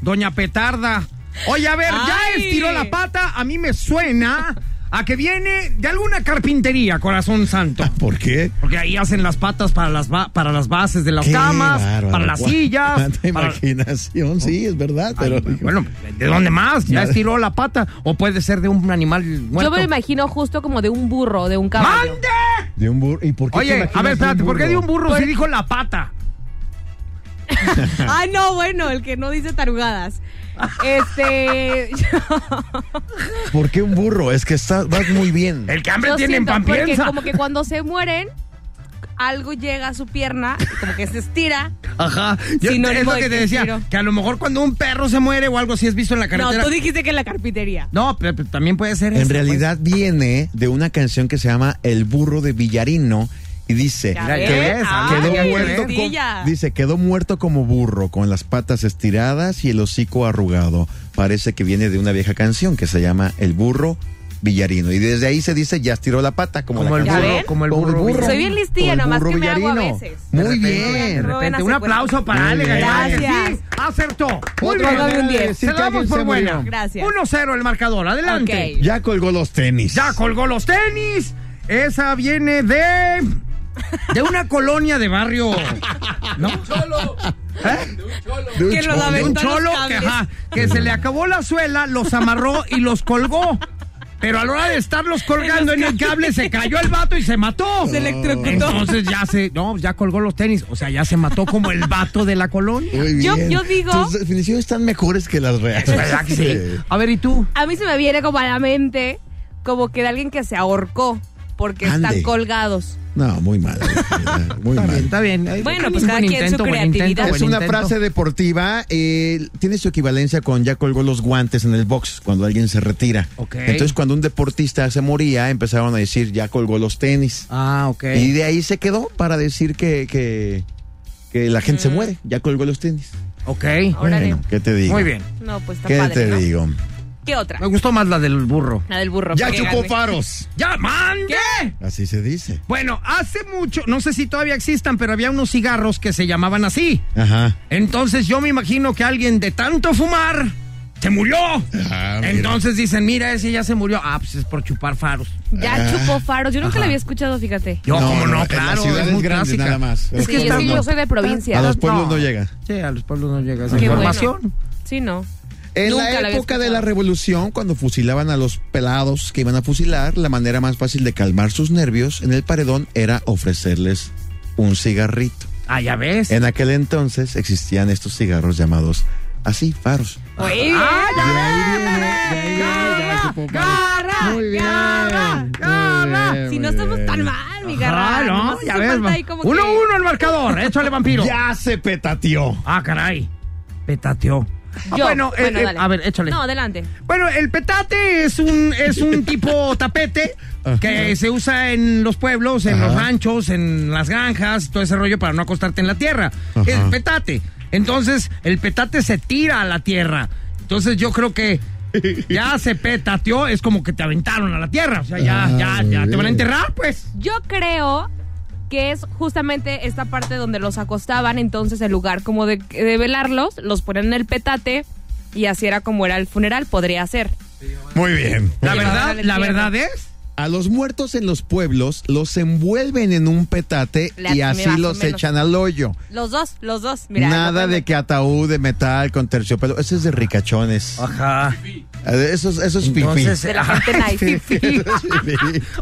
S2: Doña Petarda. Oye, a ver, ya
S4: Ay.
S2: estiró la pata. A mí me suena a que viene de alguna carpintería, corazón santo.
S3: ¿Por qué?
S2: Porque ahí hacen las patas para las, ba- para las bases de las
S3: Qué
S2: camas,
S3: bárbaro.
S2: para las
S3: Cuánta
S2: sillas. para-
S3: imaginación, sí, es verdad. Pero,
S2: Ay, bueno, ¿de dónde más? Ya estiró la pata. O puede ser de un animal muerto.
S4: Yo me lo imagino justo como de un burro, de un caballo.
S2: ¡Mande!
S3: de un burro. ¿Y por qué te
S2: Oye, a
S3: imaginas
S2: ver, espérate, ¿por qué de un burro
S4: Por-
S2: si dijo la pata?
S4: Ah, no, bueno, el que no dice tarugadas. Este.
S3: ¿Por qué un burro? Es que está, vas muy bien.
S2: El que hambre
S4: Yo
S2: tiene en
S4: siento, porque
S2: pampienza.
S4: como que cuando se mueren, algo llega a su pierna, y como que se estira.
S2: Ajá. Yo-
S4: Sinónimo
S2: es lo
S4: de
S2: que
S4: que
S2: te decía,
S4: estiró.
S2: que a lo mejor cuando un perro se muere o algo así es visto en la
S4: No,
S2: carretera.
S4: tú dijiste que en la carpintería.
S2: No, pero,
S4: pues.
S2: pero también puede ser
S3: En
S2: eso, pues.
S3: realidad viene de una canción que se llama El burro de Villarino y dice,
S4: Ya
S2: Mira,
S4: ves. Ah,
S2: ¿qué ves?
S4: Ay,
S3: quedó
S2: Ay,
S3: muerto
S2: qué
S3: como,
S4: maravilla.
S3: dice, quedó muerto como burro, con las patas estiradas y el hocico arrugado. Parece que viene de una vieja canción que se llama El burro villarino. Y desde ahí se dice, ya estiró la pata, como,
S2: Como
S3: la
S2: el
S4: ¿Ya
S3: canción.
S4: ven?
S2: burro, como el burro.
S4: burro. Soy bien listilla, nomás
S3: burro
S4: que me hago a
S3: Villarino.
S4: veces.
S2: De
S3: Muy
S2: repente, De
S3: bien.
S4: Rubén
S2: repente, un
S4: hace
S2: aplauso para Ale Gallardo.
S4: Gracias.
S2: Sí, acertó. Muy
S3: Otra
S2: bien.
S4: doy un
S3: manera de
S4: 10.
S3: decir
S2: Se
S3: que
S2: la damos
S3: alguien
S2: por
S3: se
S2: buena.
S3: murió.
S4: Gracias.
S2: 1-0 el marcador. Adelante.
S4: Ok.
S3: Ya colgó los tenis.
S2: Ya colgó los tenis. Esa viene de. De una colonia de barrio. ¿No? ¿Eh?
S3: De un
S4: Que lo
S3: cholo.
S4: lave.
S2: De un
S4: Aventó los
S2: cholo que,
S4: cables.
S2: ajá, que se le acabó la suela, los amarró y los colgó. Pero a la hora de estarlos colgando en el cable se cayó el vato y se mató.
S4: Se electrocutó.
S2: Entonces ya se, no, ya colgó los tenis, o sea, ya se mató como el vato de la colonia.
S3: Muy
S4: Yo-
S3: bien.
S4: yo digo-
S3: Tus definiciones están mejores que las reales.
S2: ¿Verdad que sí? A ver, ¿y tú?
S4: A mí se me viene como a la mente como que de alguien que se ahorcó porque están
S3: Ande.
S4: colgados.
S3: No, muy mal. ¿verdad? Muy
S2: Está
S3: mal.
S2: bien, está bien. Ay,
S4: Bueno,
S2: buen
S4: pues cada quien su
S2: buen intento,
S4: creatividad.
S2: buen
S3: Es una
S2: intento.
S3: frase deportiva, eh, tiene su equivalencia con ya colgó los guantes en el box cuando alguien se retira.
S2: Ok.
S3: Entonces cuando un deportista se moría empezaron a decir ya colgó los tenis.
S2: Ah, ok.
S3: Y de ahí se quedó para decir que, que, que la gente se muere, ya colgó los tenis.
S2: Ok.
S4: Mm. Órale.
S3: Bueno, ¿qué te digo?
S2: Muy bien.
S4: No, pues está
S3: ¿Qué
S4: padre.
S3: te
S4: ¿no?
S3: digo?
S4: ¿Qué otra?
S2: Me gustó más la del burro.
S4: La del burro.
S3: Ya
S4: porque
S3: chupó
S4: gané.
S3: faros.
S2: ¡Ya, mande!
S3: Así se dice.
S2: Bueno, hace mucho, no sé si todavía existan, pero había unos cigarros que se llamaban así.
S3: Ajá.
S2: Entonces yo me imagino que alguien de tanto fumar se murió.
S3: Ah, mira.
S2: Entonces dicen, mira, ese ya se murió. Ah, pues es por chupar faros.
S4: Ya
S3: Ah.
S4: chupó faros. Yo nunca la había escuchado, fíjate.
S2: Yo,
S3: No,
S2: como
S3: no,
S2: no,
S3: en las
S2: claro.
S3: ciudades
S2: es muy
S3: grandes
S2: clásica.
S3: nada más.
S2: Es que
S4: Sí,
S2: está-
S4: es que yo soy de provincia.
S3: A los pueblos no
S4: llega.
S3: llega.
S2: Sí, a los pueblos no llega esa
S4: Qué bueno.
S2: información.
S4: Sí, no.
S3: En
S4: Nunca la
S3: la
S4: había
S3: época de
S4: escuchado.
S3: la revolución, cuando fusilaban a los pelados que iban a fusilar, la manera más fácil de calmar sus nervios en el paredón era ofrecerles un cigarrito.
S2: Ah, ya ves.
S3: En aquel entonces existían estos cigarros llamados así, faros.
S4: Oye,
S2: Ah, ya
S4: garra, garra, garra, garra. Si no estamos tan mal, mi garra.
S2: Ah, no,
S4: Nomás
S2: ya
S4: hace
S2: ves.
S4: falta
S2: va.
S4: ahí como
S2: Uno
S4: que-
S2: uno el marcador. Échale vampiro.
S3: Ya se petateó.
S2: Ah, caray. Petateó. Ah,
S4: Yo.
S2: bueno, eh, eh,
S4: dale.
S2: a ver, échale.
S4: No, adelante.
S2: Bueno, el petate es un, es un tipo tapete que se usa en los pueblos, en los ranchos, en las granjas, todo ese rollo para no acostarte en la tierra.
S3: Ajá.
S2: El petate. Entonces, el petate se tira a la tierra. Entonces, yo creo que ya se petateó, es como que te aventaron a la tierra. O sea, ya,
S3: Ah,
S2: ya,
S3: muy
S2: ya te van a
S3: bien.
S2: enterrar, pues.
S4: Yo creo que es justamente esta parte donde los acostaban, entonces el lugar como de, de velarlos, los ponían en el petate y así era como era el funeral, podría ser.
S3: Muy bien.
S2: La
S4: Sí, ahora
S2: verdad,
S4: le
S2: la
S4: entierran.
S2: verdad es.
S3: A los muertos en los pueblos los envuelven en un petate
S4: La-
S3: y
S4: me
S3: así
S4: bajo
S3: los
S4: menos.
S3: echan al hoyo.
S4: Los dos, los dos. Mira,
S3: Nada de que ataúd de metal con terciopelo. Eso es de ricachones.
S2: Ajá.
S3: Eso es, eso es fifí.
S2: Entonces,
S4: De la gente nice.
S2: fifí.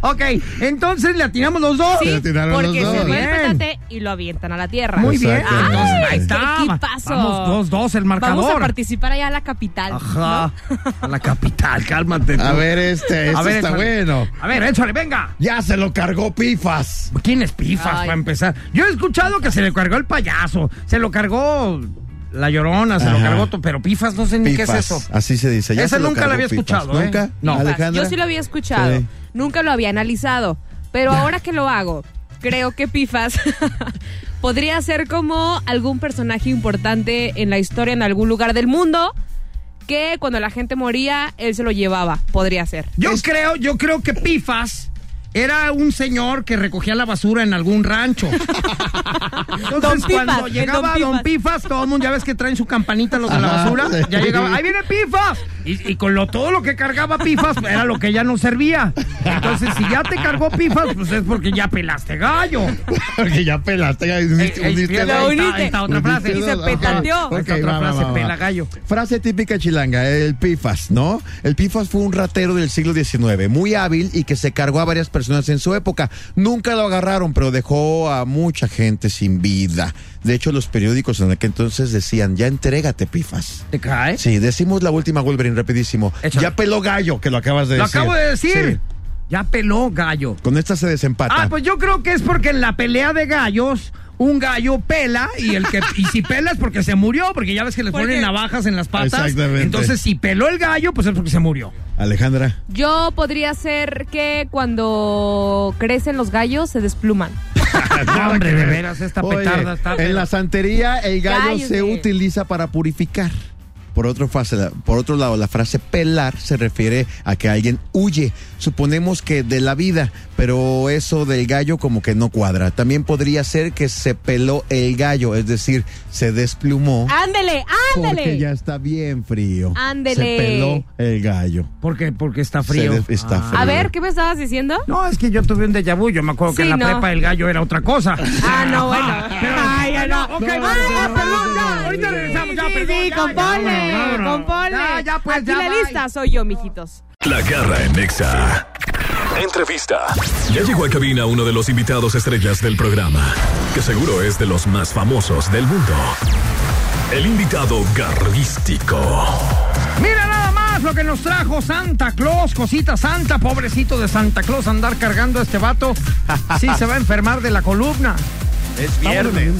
S2: ok, entonces le atinamos los dos.
S4: Sí,
S3: Se tiraron los
S4: porque se
S3: dos.
S4: fue el
S2: Bien.
S4: petate y lo avientan a la tierra.
S2: Muy bien.
S3: Exacto.
S2: Ah, entonces,
S3: Ay,
S2: ahí está.
S4: qué equipazo.
S2: Vamos dos, dos el marcador.
S4: Vamos a participar allá a la capital.
S2: Ajá. A la capital, cálmate. tú.
S3: A ver, este,
S2: A
S3: este
S2: ver,
S3: está
S2: échale.
S3: bueno.
S2: A ver, échale, venga.
S3: Ya se lo cargó Pifas.
S2: ¿Quién es pifas
S4: Ay.
S2: para empezar? Yo he escuchado que se le cargó el payaso, se lo cargó la llorona, se lo
S3: Ajá.
S2: cargó todo, pero pifas no sé ni qué es
S3: Pifas,
S2: eso.
S3: Así se dice. Ya
S2: Esa
S3: se lo
S2: nunca la
S3: cargó
S2: había
S3: Pifas.
S2: escuchado, ¿eh?
S3: ¿Nunca?
S2: No.
S4: Pifas.
S3: Alejandra.
S4: Yo sí lo había escuchado.
S3: Sí.
S4: Nunca lo había analizado. Pero ahora que lo hago, creo que Pifas podría ser como algún personaje importante en la historia en algún lugar del mundo que cuando la gente moría, él se lo llevaba. Podría ser.
S2: Yo creo, yo creo que Pifas era un señor que recogía la basura en algún rancho. Entonces,
S4: Don Pifas,
S2: cuando
S4: el
S2: llegaba
S4: Don
S2: Don Pifas, todo el mundo ya ves que traen su campanita los de la
S3: Ajá,
S2: basura.
S3: sí.
S2: Ya llegaba, ¡ahí viene Pifas! Y, y con lo, todo lo que cargaba Pifas, era lo que ya no servía. Entonces, si ya te cargó Pifas, pues es porque ya pelaste gallo.
S3: Porque ya pelaste. ya uniste-
S2: Ey, ey,
S3: uniste
S2: fíjate,
S4: la
S3: dos.
S2: ahí está, ahí está otra
S3: Uniste
S2: frase.
S4: Y se
S3: dos.
S4: petateó.
S3: Ok,
S2: Ahí está otra
S3: va, va,
S2: frase,
S3: va, va.
S2: pela gallo.
S3: Frase típica chilanga, el Pifas, ¿no? El Pifas fue un ratero del siglo XIX, muy hábil y que se cargó a varias personas en su época. Nunca lo agarraron, pero dejó a mucha gente sin vida. De hecho, los periódicos en aquel entonces decían, ya entrégate, Pifas.
S2: ¿Te cae?
S3: Sí, decimos la última Wolverine rapidísimo.
S2: Échale.
S3: Ya peló gallo, que lo acabas de
S2: Lo
S3: decir.
S2: acabo de decir.
S3: Sí.
S2: Ya peló gallo.
S3: Con esta se desempata.
S2: Ah, pues yo creo que es porque en la pelea de gallos un gallo pela y el que y si pela es porque se murió, porque ya ves que le
S4: Porque-
S2: ponen navajas en las patas.
S3: Exactamente.
S2: Entonces si peló el gallo, pues es porque se murió.
S3: Alejandra.
S4: Yo podría ser que cuando crecen los gallos se despluman.
S2: No, hombre, de veras, esta
S3: Oye,
S2: petarda está.
S3: En la santería, el gallo
S4: Cállese.
S3: se utiliza para purificar. Por otro, fase- por otro lado, la frase pelar se refiere a que alguien huye, suponemos que de la vida, pero eso del gallo como que no cuadra. También podría ser que se peló el gallo, es decir, se desplumó
S4: Ah, Ándele,
S3: porque
S4: ándele.
S3: ya está bien frío.
S4: Ándele.
S3: Se peló el gallo.
S2: ¿Por qué? Porque está frío.
S3: Se de- está
S2: Ah.
S3: frío.
S4: A ver, ¿qué me estabas diciendo?
S2: No, es que yo tuve un déjà vu. Yo me acuerdo que
S4: Sí,
S2: en la
S4: no.
S2: prepa el gallo era otra cosa.
S4: Ah, no, bueno.
S2: Pero-
S4: Ay, ya no.
S2: Ok,
S4: Ay,
S2: vamos,
S4: ya,
S2: vamos,
S4: perdón,
S2: vamos.
S4: ya.
S2: Ahorita regresamos, ya,
S4: Sí,
S2: perdón,
S4: sí,
S2: ya, ya,
S4: compone, eh,
S2: vámonos, vámonos.
S4: compone.
S2: Ya, ya, pues,
S4: Aquí
S2: ya,
S4: la
S2: bye.
S4: lista soy yo, mijitos.
S1: La garra en Nexa. Entrevista. Ya llegó a cabina uno de los invitados estrellas del programa, que seguro es de los más famosos del mundo. El invitado garrístico.
S2: Mira nada más lo que nos trajo Santa Claus, cosita santa, pobrecito de Santa Claus, andar cargando a este vato. Sí, se va a enfermar de la columna.
S6: Es viernes.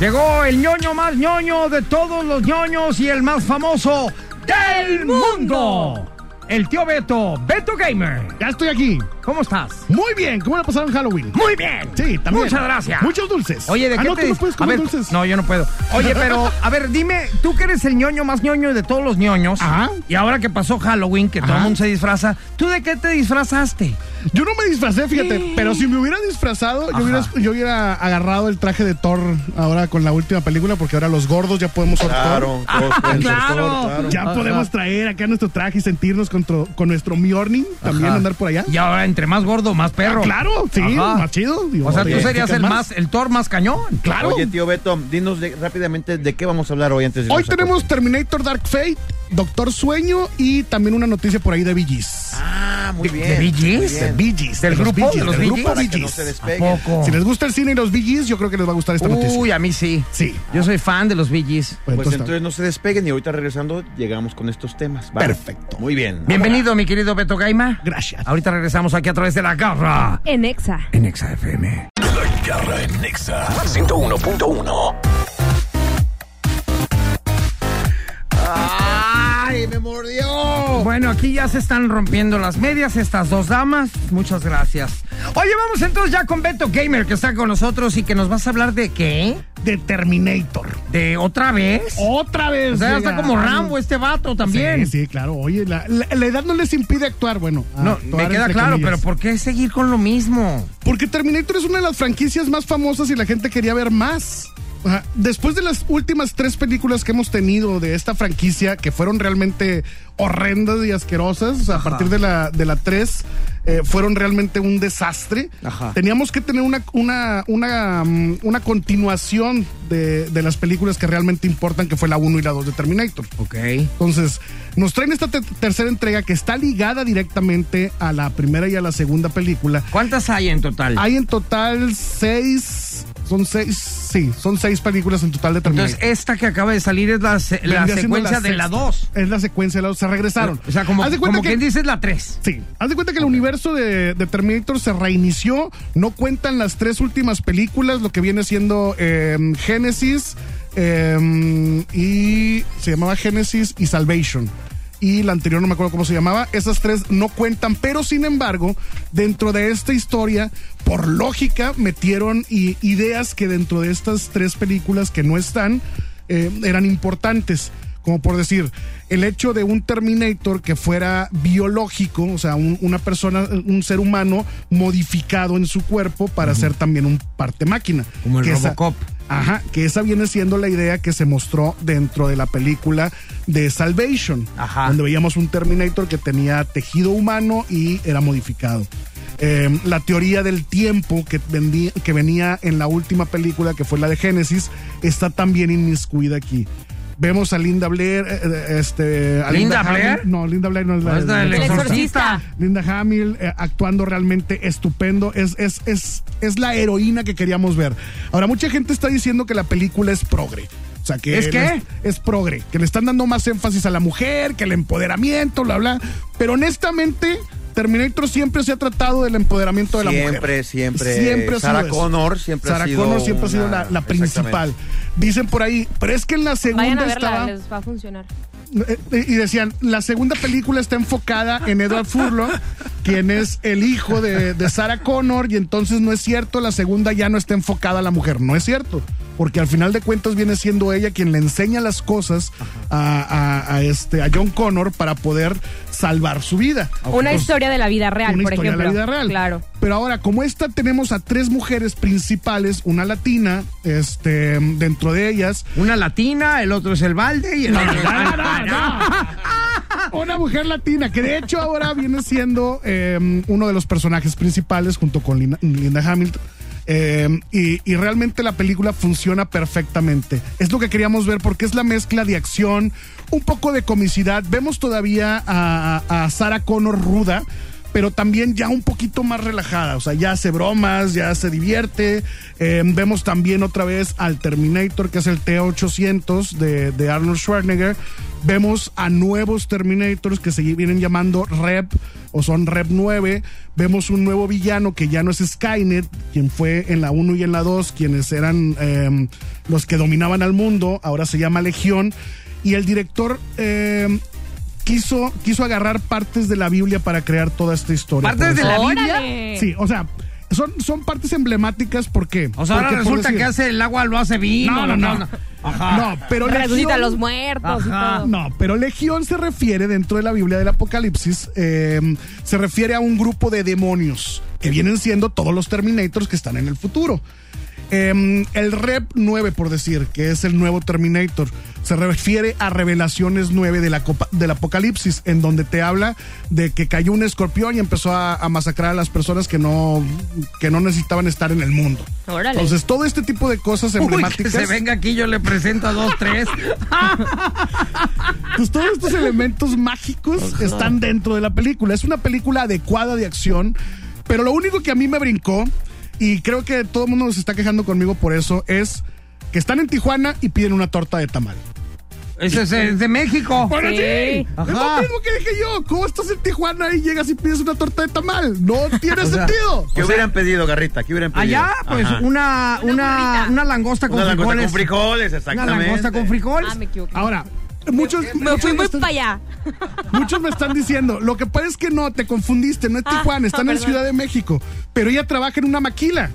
S2: Llegó el ñoño más ñoño de todos los ñoños y el más famoso del mundo. El tío Beto, Beto Gamer.
S7: Ya estoy aquí.
S2: ¿Cómo estás?
S7: Muy bien, ¿cómo la pasaron en Halloween?
S2: Muy bien.
S7: Sí, también.
S2: Muchas gracias.
S7: Muchos dulces.
S2: Oye, ¿de
S7: Ah,
S2: qué
S7: no,
S2: te
S7: tú no
S2: dis-
S7: puedes
S2: a
S7: comer
S2: ver,
S7: dulces.
S2: No, yo no puedo. Oye, pero, a ver, dime, tú que eres el ñoño más ñoño de todos los ñoños.
S7: Ajá.
S2: Y ahora que pasó Halloween, que todo el
S7: Ajá.
S2: mundo se disfraza, ¿tú de qué te disfrazaste?
S7: Yo no me disfracé, fíjate, pero si me hubiera disfrazado, yo hubiera, yo hubiera agarrado el traje de Thor ahora con la última película, porque ahora los gordos ya podemos ser Thor.
S2: Ah, claro.
S7: Ya podemos traer acá nuestro traje y sentirnos con, tro- con nuestro Mjorning, también
S2: Ajá.
S7: andar por allá.
S2: Y ahora, entre más gordo, más perro.
S7: Ah, claro, sí,
S2: Ajá.
S7: más chido. digo,
S2: O sea, tú
S7: te
S2: serías el
S7: identificas
S2: más, el Thor más cañón.
S7: Claro.
S8: Oye, tío Beto, dinos de- rápidamente de qué vamos a hablar hoy antes de
S7: Hoy
S8: irnos a
S7: tenemos Terminator Dark Fate, Doctor Sueño y también una noticia por ahí de Bee Gees.
S8: Ah, muy bien.
S2: ¿De Bee Gees?
S8: muy bien.
S2: ¿Del
S7: de los
S2: grupo?
S7: Bee
S2: ¿De
S7: Gees,
S2: los
S7: del
S2: Bee
S7: grupo
S2: Gees?
S8: Para
S7: Bee
S8: que no
S7: Gees.
S8: se
S2: ¿A
S8: despeguen.
S2: poco?
S7: Si les gusta el cine y los Bee Gees, yo creo que les va a gustar esta noticia.
S2: Uy, a mí sí.
S7: Sí.
S2: Yo soy fan de los Bee Gees.
S7: Pues
S8: Pues
S7: entonces,
S8: entonces no se despeguen y ahorita regresando llegamos con estos temas. ¿va?
S7: Perfecto.
S8: Muy bien.
S2: Bienvenido, mi querido Beto Gaima.
S7: Gracias.
S2: Ahorita regresamos aquí a través de la garra
S4: En Exa.
S2: en Exa FM.
S1: La garra en Nexa 101.1.
S3: ¡Ay, me mordió!
S2: Bueno, aquí ya se están rompiendo las medias estas dos damas. Muchas gracias. Oye, vamos entonces ya con Beto Gamer que está con nosotros y que nos vas a hablar de qué?
S7: de Terminator.
S2: ¿De otra vez?
S7: Otra vez.
S2: o sea, ya
S7: Oh, llega.
S2: está como Rambo este vato también.
S7: Sí, sí, claro. Oye, la, la- la edad no les impide actuar, bueno.
S2: No,
S7: actuar
S2: me queda
S7: entre
S2: claro,
S7: comillas.
S2: pero ¿por qué seguir con lo mismo?
S7: Porque Terminator es una de las franquicias más famosas y la gente quería ver más. Ajá. Después de las últimas tres películas que hemos tenido de esta franquicia, que fueron realmente horrendas y asquerosas, o sea, a partir de la, de la tres, eh, fueron realmente un desastre. Teníamos que tener una, una, una, mm, una continuación de, de las películas que realmente importan, que fue la 1 y la 2 de Terminator.
S2: Ok.
S7: Entonces, nos traen esta te- tercera entrega que está ligada directamente a la primera y a la segunda película.
S2: ¿Cuántas hay en total?
S7: Hay en total seis. Son seis. Sí, son seis películas en total de Terminator.
S2: Entonces, esta que acaba de salir es la, se- la
S7: Vendría siendo
S2: secuencia de la
S7: sexta.
S2: 2.
S7: Es la secuencia de la dos. Se regresaron.
S2: O sea, como,
S7: Haz de
S2: como
S7: cuenta que.
S2: quien dice es la 3.
S7: Sí, haz de cuenta que el universo de, de Terminator se reinició. No cuentan las tres últimas películas, lo que viene siendo em, Génesis em, y. Se llamaba Génesis y Salvation. Y la anterior no me acuerdo cómo se llamaba. Esas tres no cuentan, pero sin embargo, dentro de esta historia, por lógica, metieron i- ideas que dentro de estas tres películas que no están, eh, eran importantes. Como por decir, el hecho de un Terminator que fuera biológico, o sea, un- una persona, un ser humano modificado en su cuerpo para ser también un parte máquina.
S2: Como el
S7: Que esa-
S2: Robocop.
S7: ajá, que esa viene siendo la idea que se mostró dentro de la película de Salvation,
S2: Ajá.
S7: donde veíamos un Terminator que tenía tejido humano y era modificado. Eh, la teoría del tiempo que, vendí- que venía en la última película, que fue la de Génesis, está también inmiscuida aquí. Vemos a Linda Blair, eh, eh, este, a
S2: ¿Linda
S7: Hamil-
S2: Blair?
S7: No, Linda Blair no es la
S2: No es la del
S4: El
S2: exorcista.
S4: exorcista.
S7: Linda Hamill eh, actuando realmente estupendo. Es, es, es, es la heroína que queríamos ver. Ahora, mucha gente está diciendo que la película es progre. O sea, que
S2: ¿Es qué?
S7: le- es progre, que le están dando más énfasis a la mujer, que el empoderamiento, bla, bla. Pero honestamente, Terminator siempre se ha tratado del empoderamiento de la
S8: Siempre,
S7: mujer.
S8: siempre.
S7: Siempre ha sido
S8: Sarah
S7: eso.
S8: Connor siempre ha
S7: Sarah
S8: sido
S7: Connor siempre ha sido
S8: una-
S7: la, la principal.
S8: Exactamente.
S7: Dicen por ahí, pero es que en la segunda
S4: Vayan a verla,
S7: estaba.
S4: les va a funcionar.
S7: eh, y decían, la segunda película está enfocada en Edward Furlong, quien es el hijo de, de Sarah Connor, y entonces no es cierto, la segunda ya no está enfocada a la mujer. No es cierto, porque al final de cuentas viene siendo ella quien le enseña las cosas a, a- a este, a John Connor para poder salvar su vida.
S4: Una
S7: Entonces,
S4: historia de la vida real,
S7: Ah, pues. una
S4: por
S7: historia
S4: ejemplo.
S7: de la vida real.
S4: Claro.
S7: Pero ahora, como esta tenemos a tres mujeres principales, una latina, este, dentro de ellas,
S2: Una latina, el otro es el balde y el otro es
S7: no, no, no. Una mujer latina, que de hecho ahora viene siendo eh, uno de los personajes principales junto con Lina- Linda Hamilton. Eh, y, y realmente la película funciona perfectamente. Es lo que queríamos ver porque es la mezcla de acción, un poco de comicidad. Vemos todavía a, a- a Sarah Connor ruda, pero también ya un poquito más relajada. O sea, ya hace bromas, ya se divierte. Eh, vemos también otra vez al Terminator, que es el T-800 de, de Arnold Schwarzenegger. Vemos a nuevos Terminators que se vienen llamando Rep o son Rep 9. Vemos un nuevo villano que ya no es Skynet, quien fue en la 1 y en la 2, quienes eran eh, los que dominaban al mundo. Ahora se llama Legión. Y el director... eh, Quiso, quiso agarrar partes de la Biblia para crear toda esta historia.
S2: ¿Partes
S7: Por
S2: de
S7: eso-
S2: la
S4: Órale.
S7: Sí, o sea, son, son partes emblemáticas porque.
S2: O sea, ahora
S7: porque, por
S2: resulta
S7: decir-
S2: que hace el agua lo hace vino.
S7: No, no,
S2: lo-
S7: no.
S2: Ajá.
S7: No, pero
S4: Resucita a
S7: Legión-
S4: los muertos
S2: Ajá.
S4: y todo.
S7: Ah, no, pero legión se refiere dentro de la Biblia del Apocalipsis, eh, se refiere a un grupo de demonios que vienen siendo todos los Terminators que están en el futuro. Eh, el Rep 9, por decir, que es el nuevo Terminator, se refiere a Revelaciones 9 de la copa- del Apocalipsis, en donde te habla de que cayó un escorpión y empezó a, a masacrar a las personas que no, que no necesitaban estar en el mundo.
S4: Órale.
S7: Entonces, todo este tipo de cosas
S2: Uy, que
S7: emblemáticas.
S2: pues, se venga aquí, yo le presento a dos, tres.
S7: Pues todos estos elementos mágicos están dentro de la película. Es una película adecuada de acción, pero lo único que a mí me brincó, y creo que todo el mundo se está quejando conmigo por eso, es que están en Tijuana y piden una torta de tamal.
S2: Ese es, es de México.
S7: Bueno, sí.
S4: Sí.
S7: Es
S2: Ajá.
S7: lo mismo que dije yo. ¿Cómo estás en Tijuana y llegas y pides una torta de tamal? No tiene
S2: O sea,
S7: sentido.
S8: ¿Qué hubieran pedido, Garrita? ¿Qué hubieran pedido?
S2: Allá, pues,
S8: Ajá.
S2: una, una, una langosta con
S8: Una langosta
S2: frijoles.
S8: con frijoles,
S2: Una
S8: exactamente.
S2: langosta con frijoles.
S4: Ah, me equivoqué.
S7: Ahora, muchos...
S4: me
S7: muchos
S4: fui muy
S7: están-
S4: para allá.
S7: Muchos me están diciendo, lo que pasa es que no, te confundiste, no es
S4: Ah,
S7: Tijuana, están en
S4: perdón.
S7: Ciudad de México, pero ella trabaja en una maquila.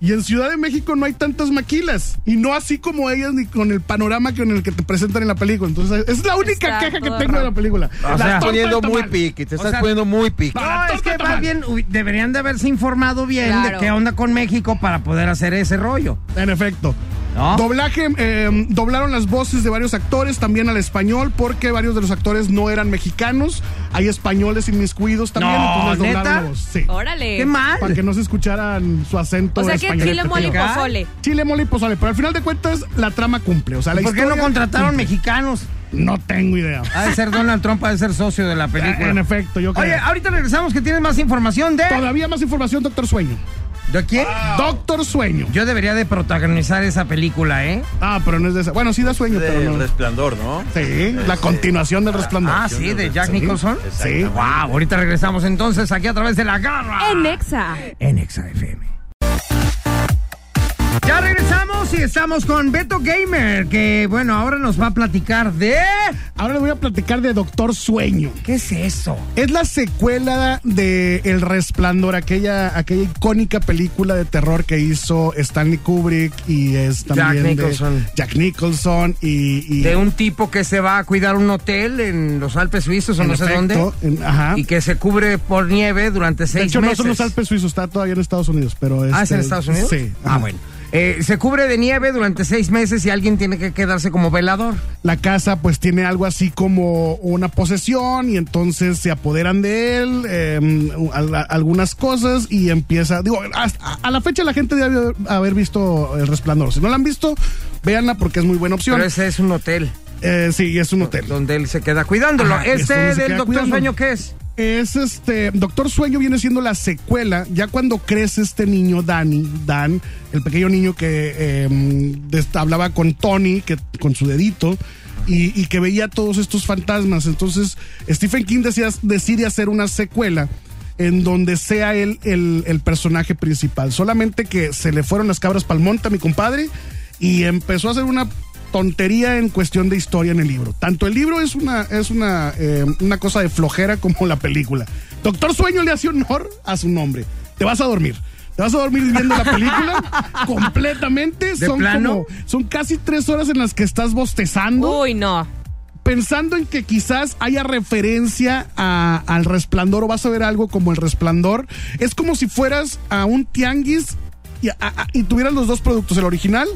S7: Y en Ciudad de México no hay tantas maquilas. Y no así como ellas, ni con el panorama con el que te presentan en la película. Entonces, es la única
S4: Está
S7: queja que
S4: todo
S7: tengo de la
S4: raro.
S7: película.
S8: Te
S7: La
S8: estás
S2: sea,
S7: torta
S8: poniendo
S7: de
S8: muy
S7: tamal.
S8: piqui, te
S2: O
S8: estás
S2: sea,
S8: poniendo muy piqui.
S2: No, es que más
S7: tamal.
S2: bien uy, deberían de haberse informado bien de
S4: Claro.
S2: qué onda con México para poder hacer ese rollo.
S7: En efecto.
S2: ¿No?
S7: Doblaje, eh, doblaron las voces de varios actores también al español porque varios de los actores no eran mexicanos. Hay españoles inmiscuidos también.
S2: No,
S7: entonces les doblaron
S2: ¿neta?
S7: la voz. Sí.
S4: Órale.
S2: Qué
S7: Para que
S2: mal.
S7: no se escucharan su acento
S4: O sea que
S7: español.
S4: chile, mole y
S2: Acá.
S4: pozole.
S7: Chile, mole y pozole. Pero al final de cuentas, la trama cumple. O sea, la
S2: ¿Por qué
S7: historia
S2: no contrataron
S7: cumple.
S2: mexicanos?
S7: No tengo idea.
S2: Ha de ser Donald Trump, ha de ser socio de la
S7: en
S2: película.
S7: efecto, yo creo.
S2: Oye, ahorita regresamos que tienes más información de...
S7: Todavía más información, Doctor Sueño.
S2: ¿De quién?
S7: Ah. Doctor Sueño.
S2: Yo debería de protagonizar esa película, ¿eh?
S7: Ah, pero no es de esa. Bueno, sí da sueño,
S8: De
S7: pero no.
S8: resplandor, ¿no?
S7: Sí, la continuación del resplandor.
S2: Ah, sí, de Jack Nicholson.
S7: Sí.
S2: Wow, ahorita regresamos entonces aquí a través de la garra.
S4: En Nexa.
S2: en Exa FM. Ya regresamos y estamos con Beto Gamer, que bueno, ahora nos va a platicar de...
S7: Ahora les voy a platicar de Doctor Sueño.
S2: ¿Qué es eso?
S7: Es la secuela de El Resplandor, aquella, aquella icónica película de terror que hizo Stanley Kubrick y es
S2: Jack
S7: también de
S2: Nicholson.
S7: Jack Nicholson y, y-
S2: De un tipo que se va a cuidar un hotel en los Alpes suizos o
S7: en
S2: no sé
S7: efecto,
S2: dónde.
S7: en- ajá.
S2: Y que se cubre por nieve durante
S7: de
S2: seis
S7: hecho, no
S2: meses.
S7: son los Alpes suizos, está todavía en Estados Unidos, pero
S2: Ah, ¿es en
S7: este,
S2: Estados Unidos?
S7: Sí.
S2: Ah,
S7: ajá.
S2: bueno. Eh, se cubre de nieve durante seis meses y alguien tiene que quedarse como velador.
S7: La casa pues tiene algo así como una posesión y entonces se apoderan de él, eh, al- al- algunas cosas y empieza, digo, hasta- a la fecha la gente debe haber- haber visto El Resplandor. Si no la han visto, véanla porque es muy buena opción.
S2: Pero ese es un hotel
S7: Eh, sí, es un hotel.
S2: donde él se queda cuidándolo.
S7: Ajá, es donde
S2: este
S7: se
S2: del
S7: queda
S2: Doctor
S7: cuidando.
S2: Sueño, ¿qué es?
S7: Es este. Doctor Sueño viene siendo la secuela. Ya cuando crece este niño, Danny, Dan, el pequeño niño que eh, des- hablaba con Tony, que, con su dedito. Y, y que veía todos estos fantasmas. Entonces, Stephen King decía- decide hacer una secuela en donde sea él el, el personaje principal. Solamente que se le fueron las cabras pal monte a mi compadre y empezó a hacer una tontería en cuestión de historia en el libro. Tanto el libro es una, es una, eh, una cosa de flojera como la película. Doctor Sueño le hace honor a su nombre. Te vas a dormir. Te vas a dormir viendo la película completamente.
S2: ¿De
S7: son
S2: plano?
S7: como- son casi tres horas en las que estás bostezando
S4: Uy, no.
S7: pensando en que quizás haya referencia a- al resplandor o vas a ver algo como el resplandor, es como si fueras a un tianguis y, a- a- y tuvieras los dos productos, el original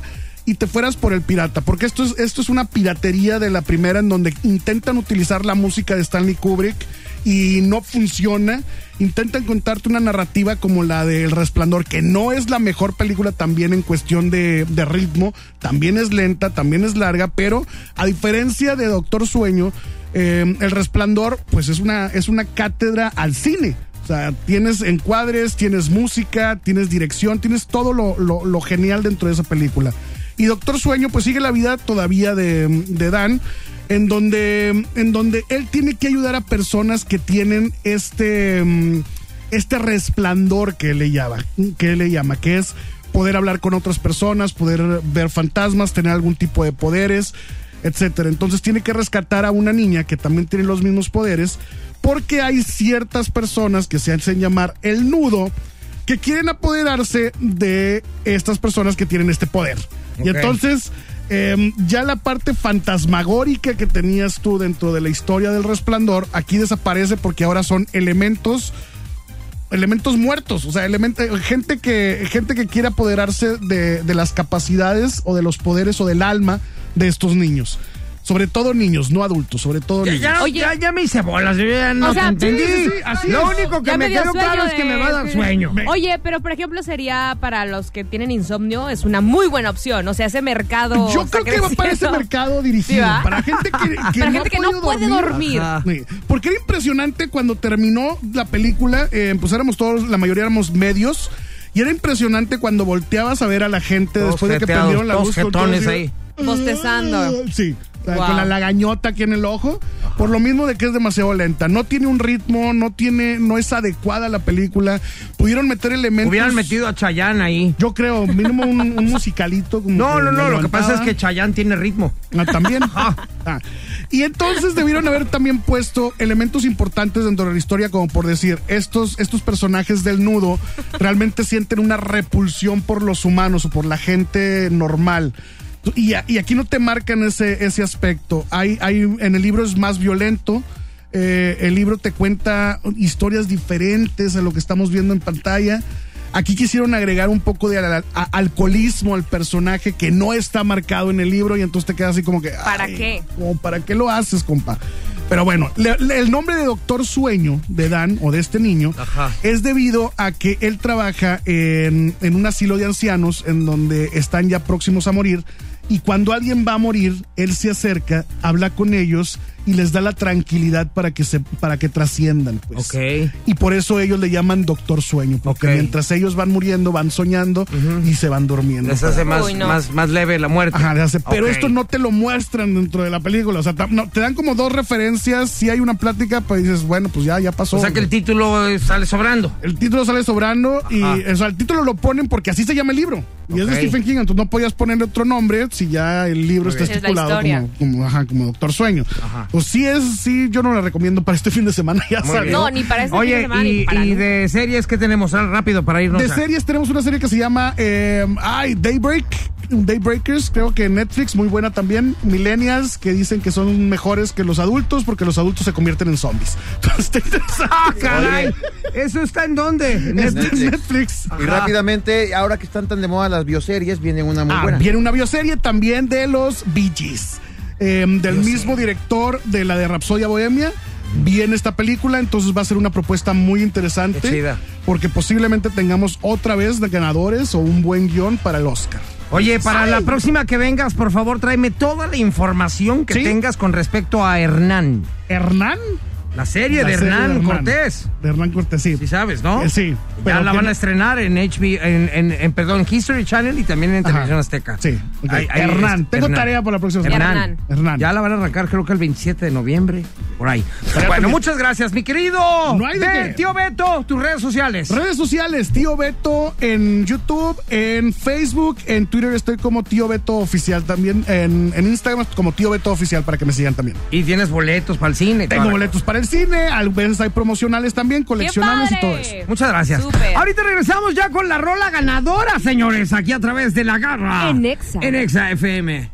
S7: y te fueras por el pirata, porque esto es, esto es una piratería de la primera en donde intentan utilizar la música de Stanley Kubrick y no funciona. Intentan contarte una narrativa como la de El Resplandor, que no es la mejor película también en cuestión de, de ritmo, también es lenta, también es larga, pero a diferencia de Doctor Sueño, eh, El Resplandor pues es una, es una cátedra al cine. O sea, tienes encuadres, tienes música, tienes dirección, tienes todo lo, lo- lo genial dentro de esa película. Y Doctor Sueño pues sigue la vida todavía de, de Dan, en donde, en donde él tiene que ayudar a personas que tienen este, mm, este resplandor que él le llama, que él le llama, que es poder hablar con otras personas, poder ver fantasmas, tener algún tipo de poderes, etcétera. Entonces tiene que rescatar a una niña que también tiene los mismos poderes, porque hay ciertas personas que se hacen llamar el nudo que quieren apoderarse de estas personas que tienen este poder. Y
S2: Ok.
S7: entonces eh, ya la parte fantasmagórica que tenías tú dentro de la historia del resplandor aquí desaparece porque ahora son elementos elementos muertos, o sea, elemento- gente que gente que quiere apoderarse de, de las capacidades o de los poderes o del alma de estos niños. Sobre todo niños, no adultos, sobre todo
S2: Ya,
S7: niños.
S2: ya,
S4: Oye.
S2: ya, ya me hice bolas, yo ya no
S4: O sea,
S2: te entendí.
S4: sí, sí, sí,
S7: así
S2: Lo
S7: es.
S2: único que
S4: Ya
S2: me,
S4: me dio
S2: quedó claro
S4: sueño
S2: es que
S4: de-
S2: me va a dar sueño.
S4: Oye, pero por ejemplo, sería para los que tienen insomnio, es una muy buena opción. O sea, ese mercado.
S7: Yo
S4: está
S7: creo que va para ese
S4: creciendo.
S7: mercado dirigido,
S4: Sí, ¿va?
S7: para gente que, que
S4: Para gente que no puede dormir.
S2: Ajá.
S7: Sí, Porque era impresionante cuando terminó la película, eh, pues éramos todos, la mayoría éramos medios, y era impresionante cuando volteabas a ver a la gente
S2: Todos
S7: después de que
S2: jeteados,
S7: prendieron la
S2: todos
S7: luz. con
S2: jetones
S7: todos
S2: ahí.
S7: "Ah",
S4: Bostezando.
S7: Mm, Sí, o sea,
S4: Wow.
S7: con la lagañota aquí en el ojo, por lo mismo de que es demasiado lenta. No tiene un ritmo, no tiene, no es adecuada la película. Pudieron meter elementos...
S2: Hubieran metido a Chayanne ahí.
S7: Yo creo, mínimo un, un musicalito. Como
S2: No, no,
S7: me
S2: no, lo que pasa es
S7: levantaba.
S2: que Chayanne tiene ritmo.
S7: Ah, también. Ah. Y entonces debieron haber también puesto elementos importantes dentro de la historia, como por decir, estos, estos personajes del nudo realmente sienten una repulsión por los humanos o por la gente normal. Y, a- y aquí no te marcan ese, ese aspecto. Hay, hay, en el libro es más violento. eh, el libro te cuenta historias diferentes a lo que estamos viendo en pantalla. Aquí quisieron agregar un poco de al- a- alcoholismo al personaje que no está marcado en el libro y entonces te quedas así como que...
S4: ¿Para
S7: ay,
S4: qué?
S7: como, ¿Para qué lo haces, compa? Pero bueno, le- le- el nombre de Doctor Sueño de Dan o de este niño
S2: Ajá.
S7: es debido a que él trabaja en, en un asilo de ancianos en donde están ya próximos a morir y cuando alguien va a morir, él se acerca, habla con ellos y les da la tranquilidad para que, se, para que trasciendan. Pues.
S2: Ok.
S7: Y por eso ellos le llaman Doctor Sueño, porque
S2: Ok.
S7: mientras ellos van muriendo, van soñando y se van durmiendo.
S2: Les hace más,
S4: Uy, no.
S2: más, más leve la muerte.
S7: Ajá, ya sé, Pero
S2: Ok.
S7: esto no te lo muestran dentro de la película. O sea, tam- no, te dan como dos referencias. Si hay una plática, pues dices, bueno, pues ya, ya pasó.
S2: O sea que el título eh, sale sobrando.
S7: El título sale sobrando y
S2: Ajá.
S7: o sea, el título lo ponen porque así se llama el libro. Y es de
S2: Ok.
S7: Stephen King, entonces no podías ponerle otro nombre si ya el libro está
S4: bien. Es la
S7: estipulado
S4: historia.
S7: como, como, ajá, como Doctor Sueño.
S2: Ajá.
S7: Pues sí es, sí, yo no la recomiendo para este fin de semana, ya
S2: Muy
S7: salió.
S2: bien.
S4: No, ni para ese fin de
S2: Oye,
S4: semana, ni
S2: y,
S4: para
S2: y
S4: nunca.
S2: de series que tenemos Ah, rápido para irnos.
S7: De
S2: a-
S7: series tenemos una serie que se llama eh, ay, Daybreak, Daybreakers, creo que en Netflix, muy buena también. Millennials que dicen que son mejores que los adultos porque los adultos se convierten en zombies. Entonces, está interesante.
S2: ¡Ah, caray! ¿Eso está en dónde? En
S7: Es
S2: este-
S7: de
S8: Netflix.
S7: Netflix.
S8: Y rápidamente, ahora que están tan de moda las bioseries, viene una muy
S7: Ah,
S8: buena.
S7: viene una bioserie también de los Bee Gees, eh, del mismo director de la de Rapsodia Bohemia. Viene esta película, entonces va a ser una propuesta muy interesante.
S2: Qué chida.
S7: Porque posiblemente tengamos otra vez de ganadores o un buen guión para el Oscar.
S2: Oye, para la próxima que vengas, por favor, tráeme toda la información que
S7: Sí.
S2: tengas con respecto a Hernán.
S7: Hernán.
S2: La serie
S7: La
S2: de
S7: serie
S2: Hernán Cortés.
S7: De Hernán Cortés, sí.
S2: Sí sabes, ¿no?
S7: Eh, sí,
S2: Ya
S7: pero
S2: la
S7: que-
S2: van a estrenar en HB, en, en- en, perdón, History Channel y también en
S7: Ajá.
S2: Televisión Azteca.
S7: Sí, ok. Hernán, tengo tarea para la próxima
S4: semana.
S2: Hernán.
S7: Hernán. Hernán.
S2: Ya la van a arrancar creo que el 27 de noviembre, por ahí. bueno,
S7: porque-
S2: muchas gracias, mi querido.
S7: No hay de
S2: Ve,
S7: qué.
S2: Tío Beto, tus redes sociales.
S7: Redes sociales, tío Beto en YouTube, en Facebook, en Twitter estoy como tío Beto oficial también, en, en Instagram como tío Beto oficial para que me sigan también.
S2: y tienes boletos para el cine.
S7: Tengo
S2: toda la
S7: boletos para el cine, a veces hay promocionales también, coleccionables y todo eso.
S2: Muchas gracias.
S4: Súper.
S2: Ahorita regresamos ya con la rola ganadora, señores, aquí a través de la garra.
S4: En Exa.
S2: En Exa FM.